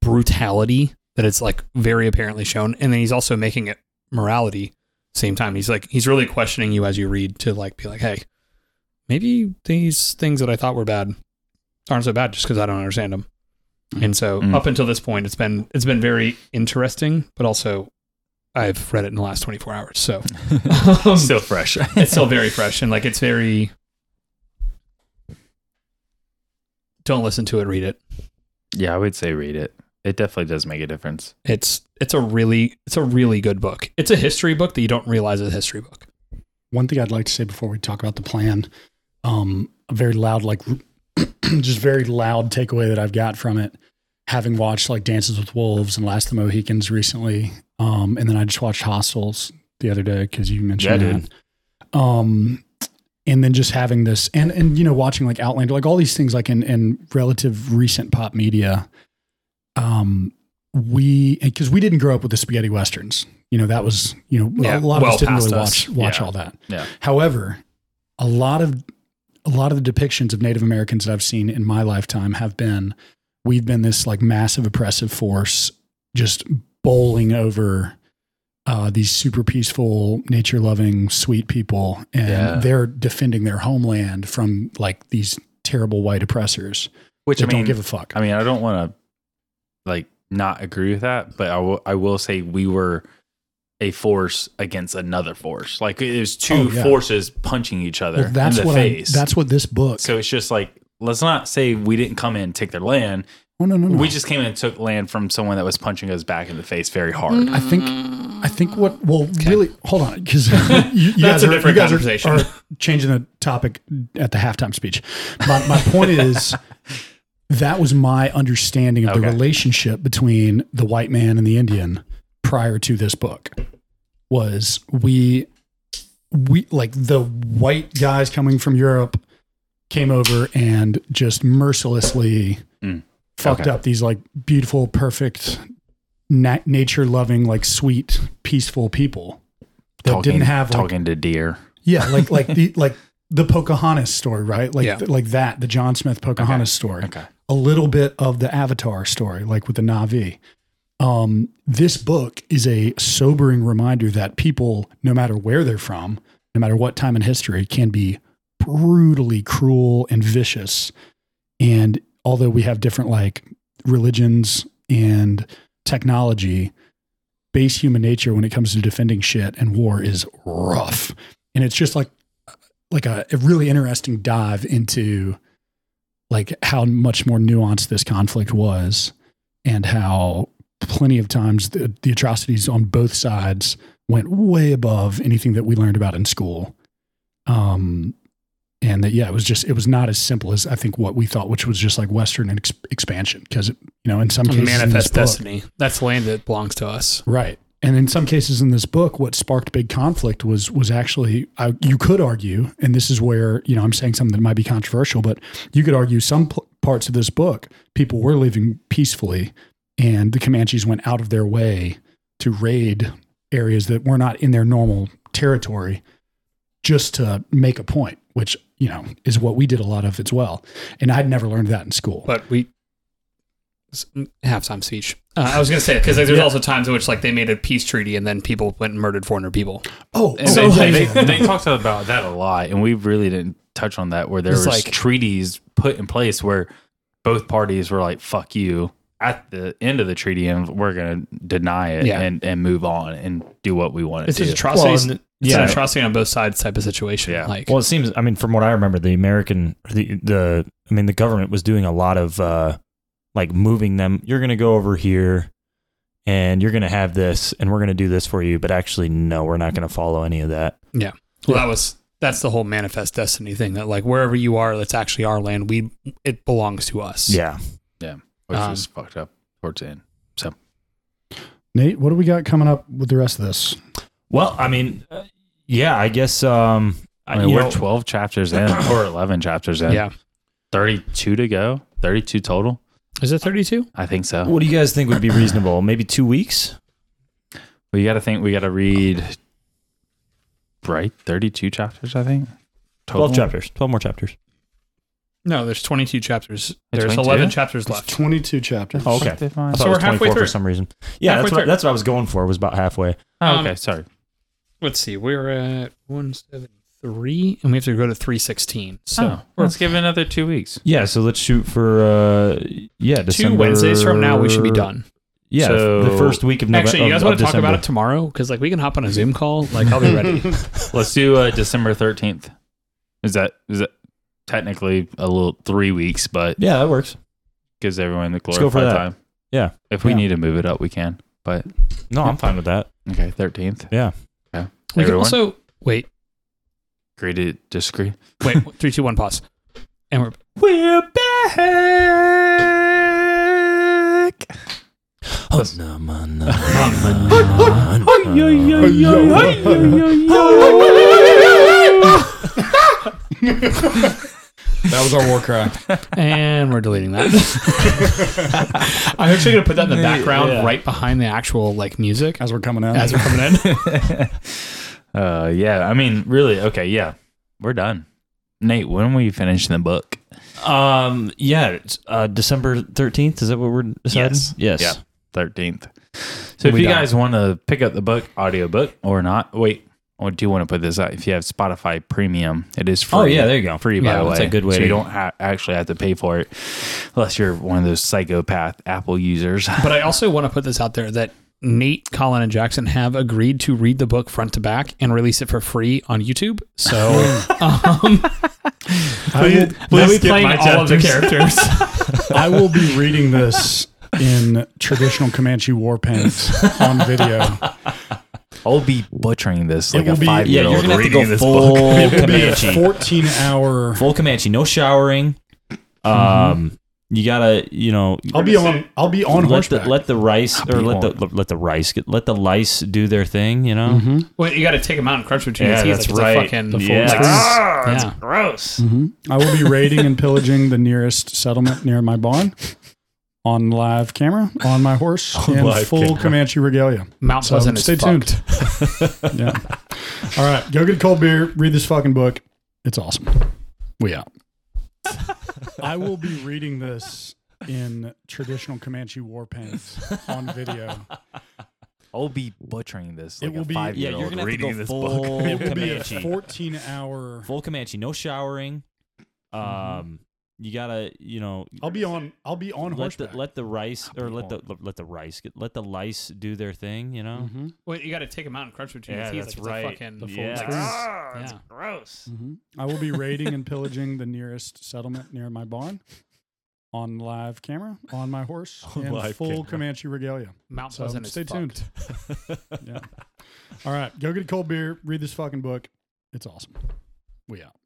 brutality that it's like very apparently shown and then he's also making it morality same time he's like he's really questioning you as you read to like be like hey maybe these things that I thought were bad aren't so bad just because I don't understand them. And so Mm. up until this point, it's been it's been very interesting, but also I've read it in the last 24 hours, so um, still fresh. it's still very fresh and like it's very. Don't listen to it, read it. [laughs] yeah, I would say read it. It definitely does make a difference. It's it's a really it's a really good book. It's a history book that you don't realize is a history book. One thing I'd like to say before we talk about the plan, um, a very loud, like [clears throat] just very loud takeaway that I've got from it, having watched like Dances with Wolves and Last of the Mohicans recently, um, and then I just watched Hostels the other day because you mentioned Yeah, that. Um, and then just having this, and and you know, watching like Outlander, like all these things, like in in relative recent pop media, um, we because we didn't grow up with the spaghetti westerns. You know, that was you know Yeah, a lot well of us didn't past really us. watch watch Yeah. all that. Yeah. However, a lot of a lot of the depictions of Native Americans that I've seen in my lifetime have been we've been this like massive oppressive force just bowling over uh, these super peaceful, nature loving, sweet people, and Yeah. they're defending their homeland from like these terrible white oppressors Which that I mean, don't give a fuck. I mean, I don't want to like not agree with that, but I will. I will say we were a force against another force. Like it was two Oh, yeah. forces punching each other well, that's in the what face. I, that's what this book. so it's just like let's not say we didn't come in and take their land. oh no no no. We just came in and took land from someone that was punching us back in the face very hard. I think I think what well really hold on because [laughs] you, you guys That's a are, you different guys are- conversation. Are, changing the topic at the halftime speech. My, my point is that was my understanding of the Okay. relationship between the white man and the Indian prior to this book was we we like the white guys coming from Europe came over and just mercilessly Mm. fucked Okay. up these like beautiful, perfect, na- nature loving, like sweet, peaceful people that talking, didn't have like, talking to deer. yeah, like like the like the Pocahontas story, right? Like Yeah. th- like that, the John Smith Pocahontas story. Okay. A little bit of the Avatar story, like with the Navi. Um, this book is a sobering reminder that people, no matter where they're from, no matter what time in history, can be brutally cruel and vicious. And although we have different like religions and technology, base human nature when it comes to defending shit and war is rough and it's just like like a, a really interesting dive into like how much more nuanced this conflict was and how plenty of times the, the atrocities on both sides went way above anything that we learned about in school um and that yeah it was just it was not as simple as i think what we thought which was just like western ex- expansion because you know in some cases in this Manifest book- destiny. That's land that belongs to us. Right. And in some cases in this book, what sparked big conflict was was actually I, you could argue, and this is where you know I'm saying something that might be controversial, but you could argue some p- parts of this book people were living peacefully, and the Comanches went out of their way to raid areas that were not in their normal territory, just to make a point, which you know is what we did a lot of as well. And I'd never learned that in school. but we s- halftime speech. Uh, I was gonna say because like, there's also times in which like they made a peace treaty and then people went and murdered 400 people. oh, And so they, like- [laughs] they, they talked about that a lot, and we really didn't touch on that. Where there It's was like- treaties put in place where both parties were like, "Fuck you." At the end of the treaty, and we're gonna deny it Yeah. and, and move on and do what we want to It's do. an atrocity. Well, and- it's yeah. an atrocity on both sides type of situation. Yeah. Like Well, it seems. I mean, from what I remember, the American, the the, I mean, the government was doing a lot of uh, like moving them. You're going to go over here, and you're going to have this, and we're going to do this for you. But actually, no, we're not going to follow any of that. well, that was that's the whole manifest destiny thing. That like wherever you are, that's actually our land. We it belongs to us. Yeah, which Um, is fucked up towards the end. Nate, what do we got coming up with the rest of this? Well, I mean, uh, yeah, I guess. Um, I mean, you we're know, twelve chapters in, or eleven chapters in. Yeah. thirty-two to go. Thirty-two total, Is it 32? I think so. what do you guys think would be reasonable? Maybe two weeks. We got to think. We got to read, right? Thirty-two chapters, I think. Twelve total. chapters. Twelve more chapters. No, there's 22 chapters. There's There's 22? 11 chapters It's left. 22 chapters. Oh, okay. Oh, I thought So it was we're halfway 24 for through. some reason. Yeah, that's Halfway what, through. that's what I was going for. Was about halfway. Um, Oh, okay, sorry. Let's see. We're at 173 and we have to go to 316. Oh, So So let's give it another two weeks. Yeah, so let's shoot for uh yeah, December. two Wednesdays from now we should be done. Yeah, So- the first week of November. Actually, you guys want to talk about it tomorrow? Because like we can hop on a Zoom call. Like I'll [laughs] be [laughs] ready. Let's do uh, December thirteenth. Is that is that technically a little three weeks, but Yeah, that works. gives everyone the Let's go glorified for that. time. Yeah. If we Yeah. need to move it up, we can. But No, I'm fine with that. okay, thirteenth. Yeah. Okay. we can Everyone also wait, agree to disagree. [laughs] wait, [laughs] three, two, one, pause, and we're We're back. Oh, no, man, no, man, no, man. That was our war cry. [laughs] and we're deleting that. [laughs] I'm actually gonna put that in the background, right behind the actual like music as we're coming out. as we're coming [laughs] in. uh, yeah, I mean, really, okay, yeah, we're done. Nate, when are we finishing the book? Um. Yeah. It's, uh, December thirteenth. Is that what we're deciding? Yes. Yes. Yeah. 13th. So if We you done. guys want to pick up the book, audiobook or not, wait, I do want to put this out. If you have Spotify Premium, it is free. Oh yeah. There you go. Free, by Yeah, the way. that's a good way So to- you don't ha- actually have to pay for it unless you're one of those psychopath Apple users. [laughs] But I also want to put this out there that Nate, Colin, and Jackson have agreed to read the book front to back and release it for free on YouTube. So [laughs] um, I, they'll be playing all of the characters. [laughs] [laughs] will, I will be reading this in traditional Comanche war paint on video. I'll be butchering this like will a be- yeah, five year Yeah. You're old gonna have to reading go this full book. [laughs] It will be a Comanche. 14 hour. Full Comanche. No showering. Um. You gotta. You know. I'll be on. I'll be on let the horseback. let the rice or be let the let the rice get let the lice do their thing. You Mm-hmm. know. well, you got to take them out and crunch between Yeah, your that's teeth. Like right. It's a fucking The full- Yeah. like, Ah, yeah. mm-hmm. I will be raiding and pillaging the nearest settlement near my barn on live camera on my horse in full Comanche regalia. Mount So, Pleasant. stay is fucked. tuned. [laughs] [laughs] yeah. All right. Go get a cold beer. Read this fucking book. It's awesome. We out. I will be reading this in traditional Comanche war paint on [laughs] video. I'll be butchering this It like will a be- five Yeah. year You're old gonna have to reading go this full [laughs] book. It will be a Comanche. 14 hour. full Comanche. No showering. Um. You gotta. You know. I'll be on. I'll be on let the horseback. let the rice I'll or be let the let the rice get let the lice do their thing. You know. Mhm. Well, you got to take them out and crunch between Yeah, your that's teeth. right. Like it's a fucking. The full yeah. teeth. yeah. Mhm. I will be raiding and pillaging the nearest settlement near my barn on live camera on my horse in full Comanche regalia. Mount So, Pleasant. is stay fucked. tuned. [laughs] Yeah. All right, go get a cold beer, read this fucking book. It's awesome. We out.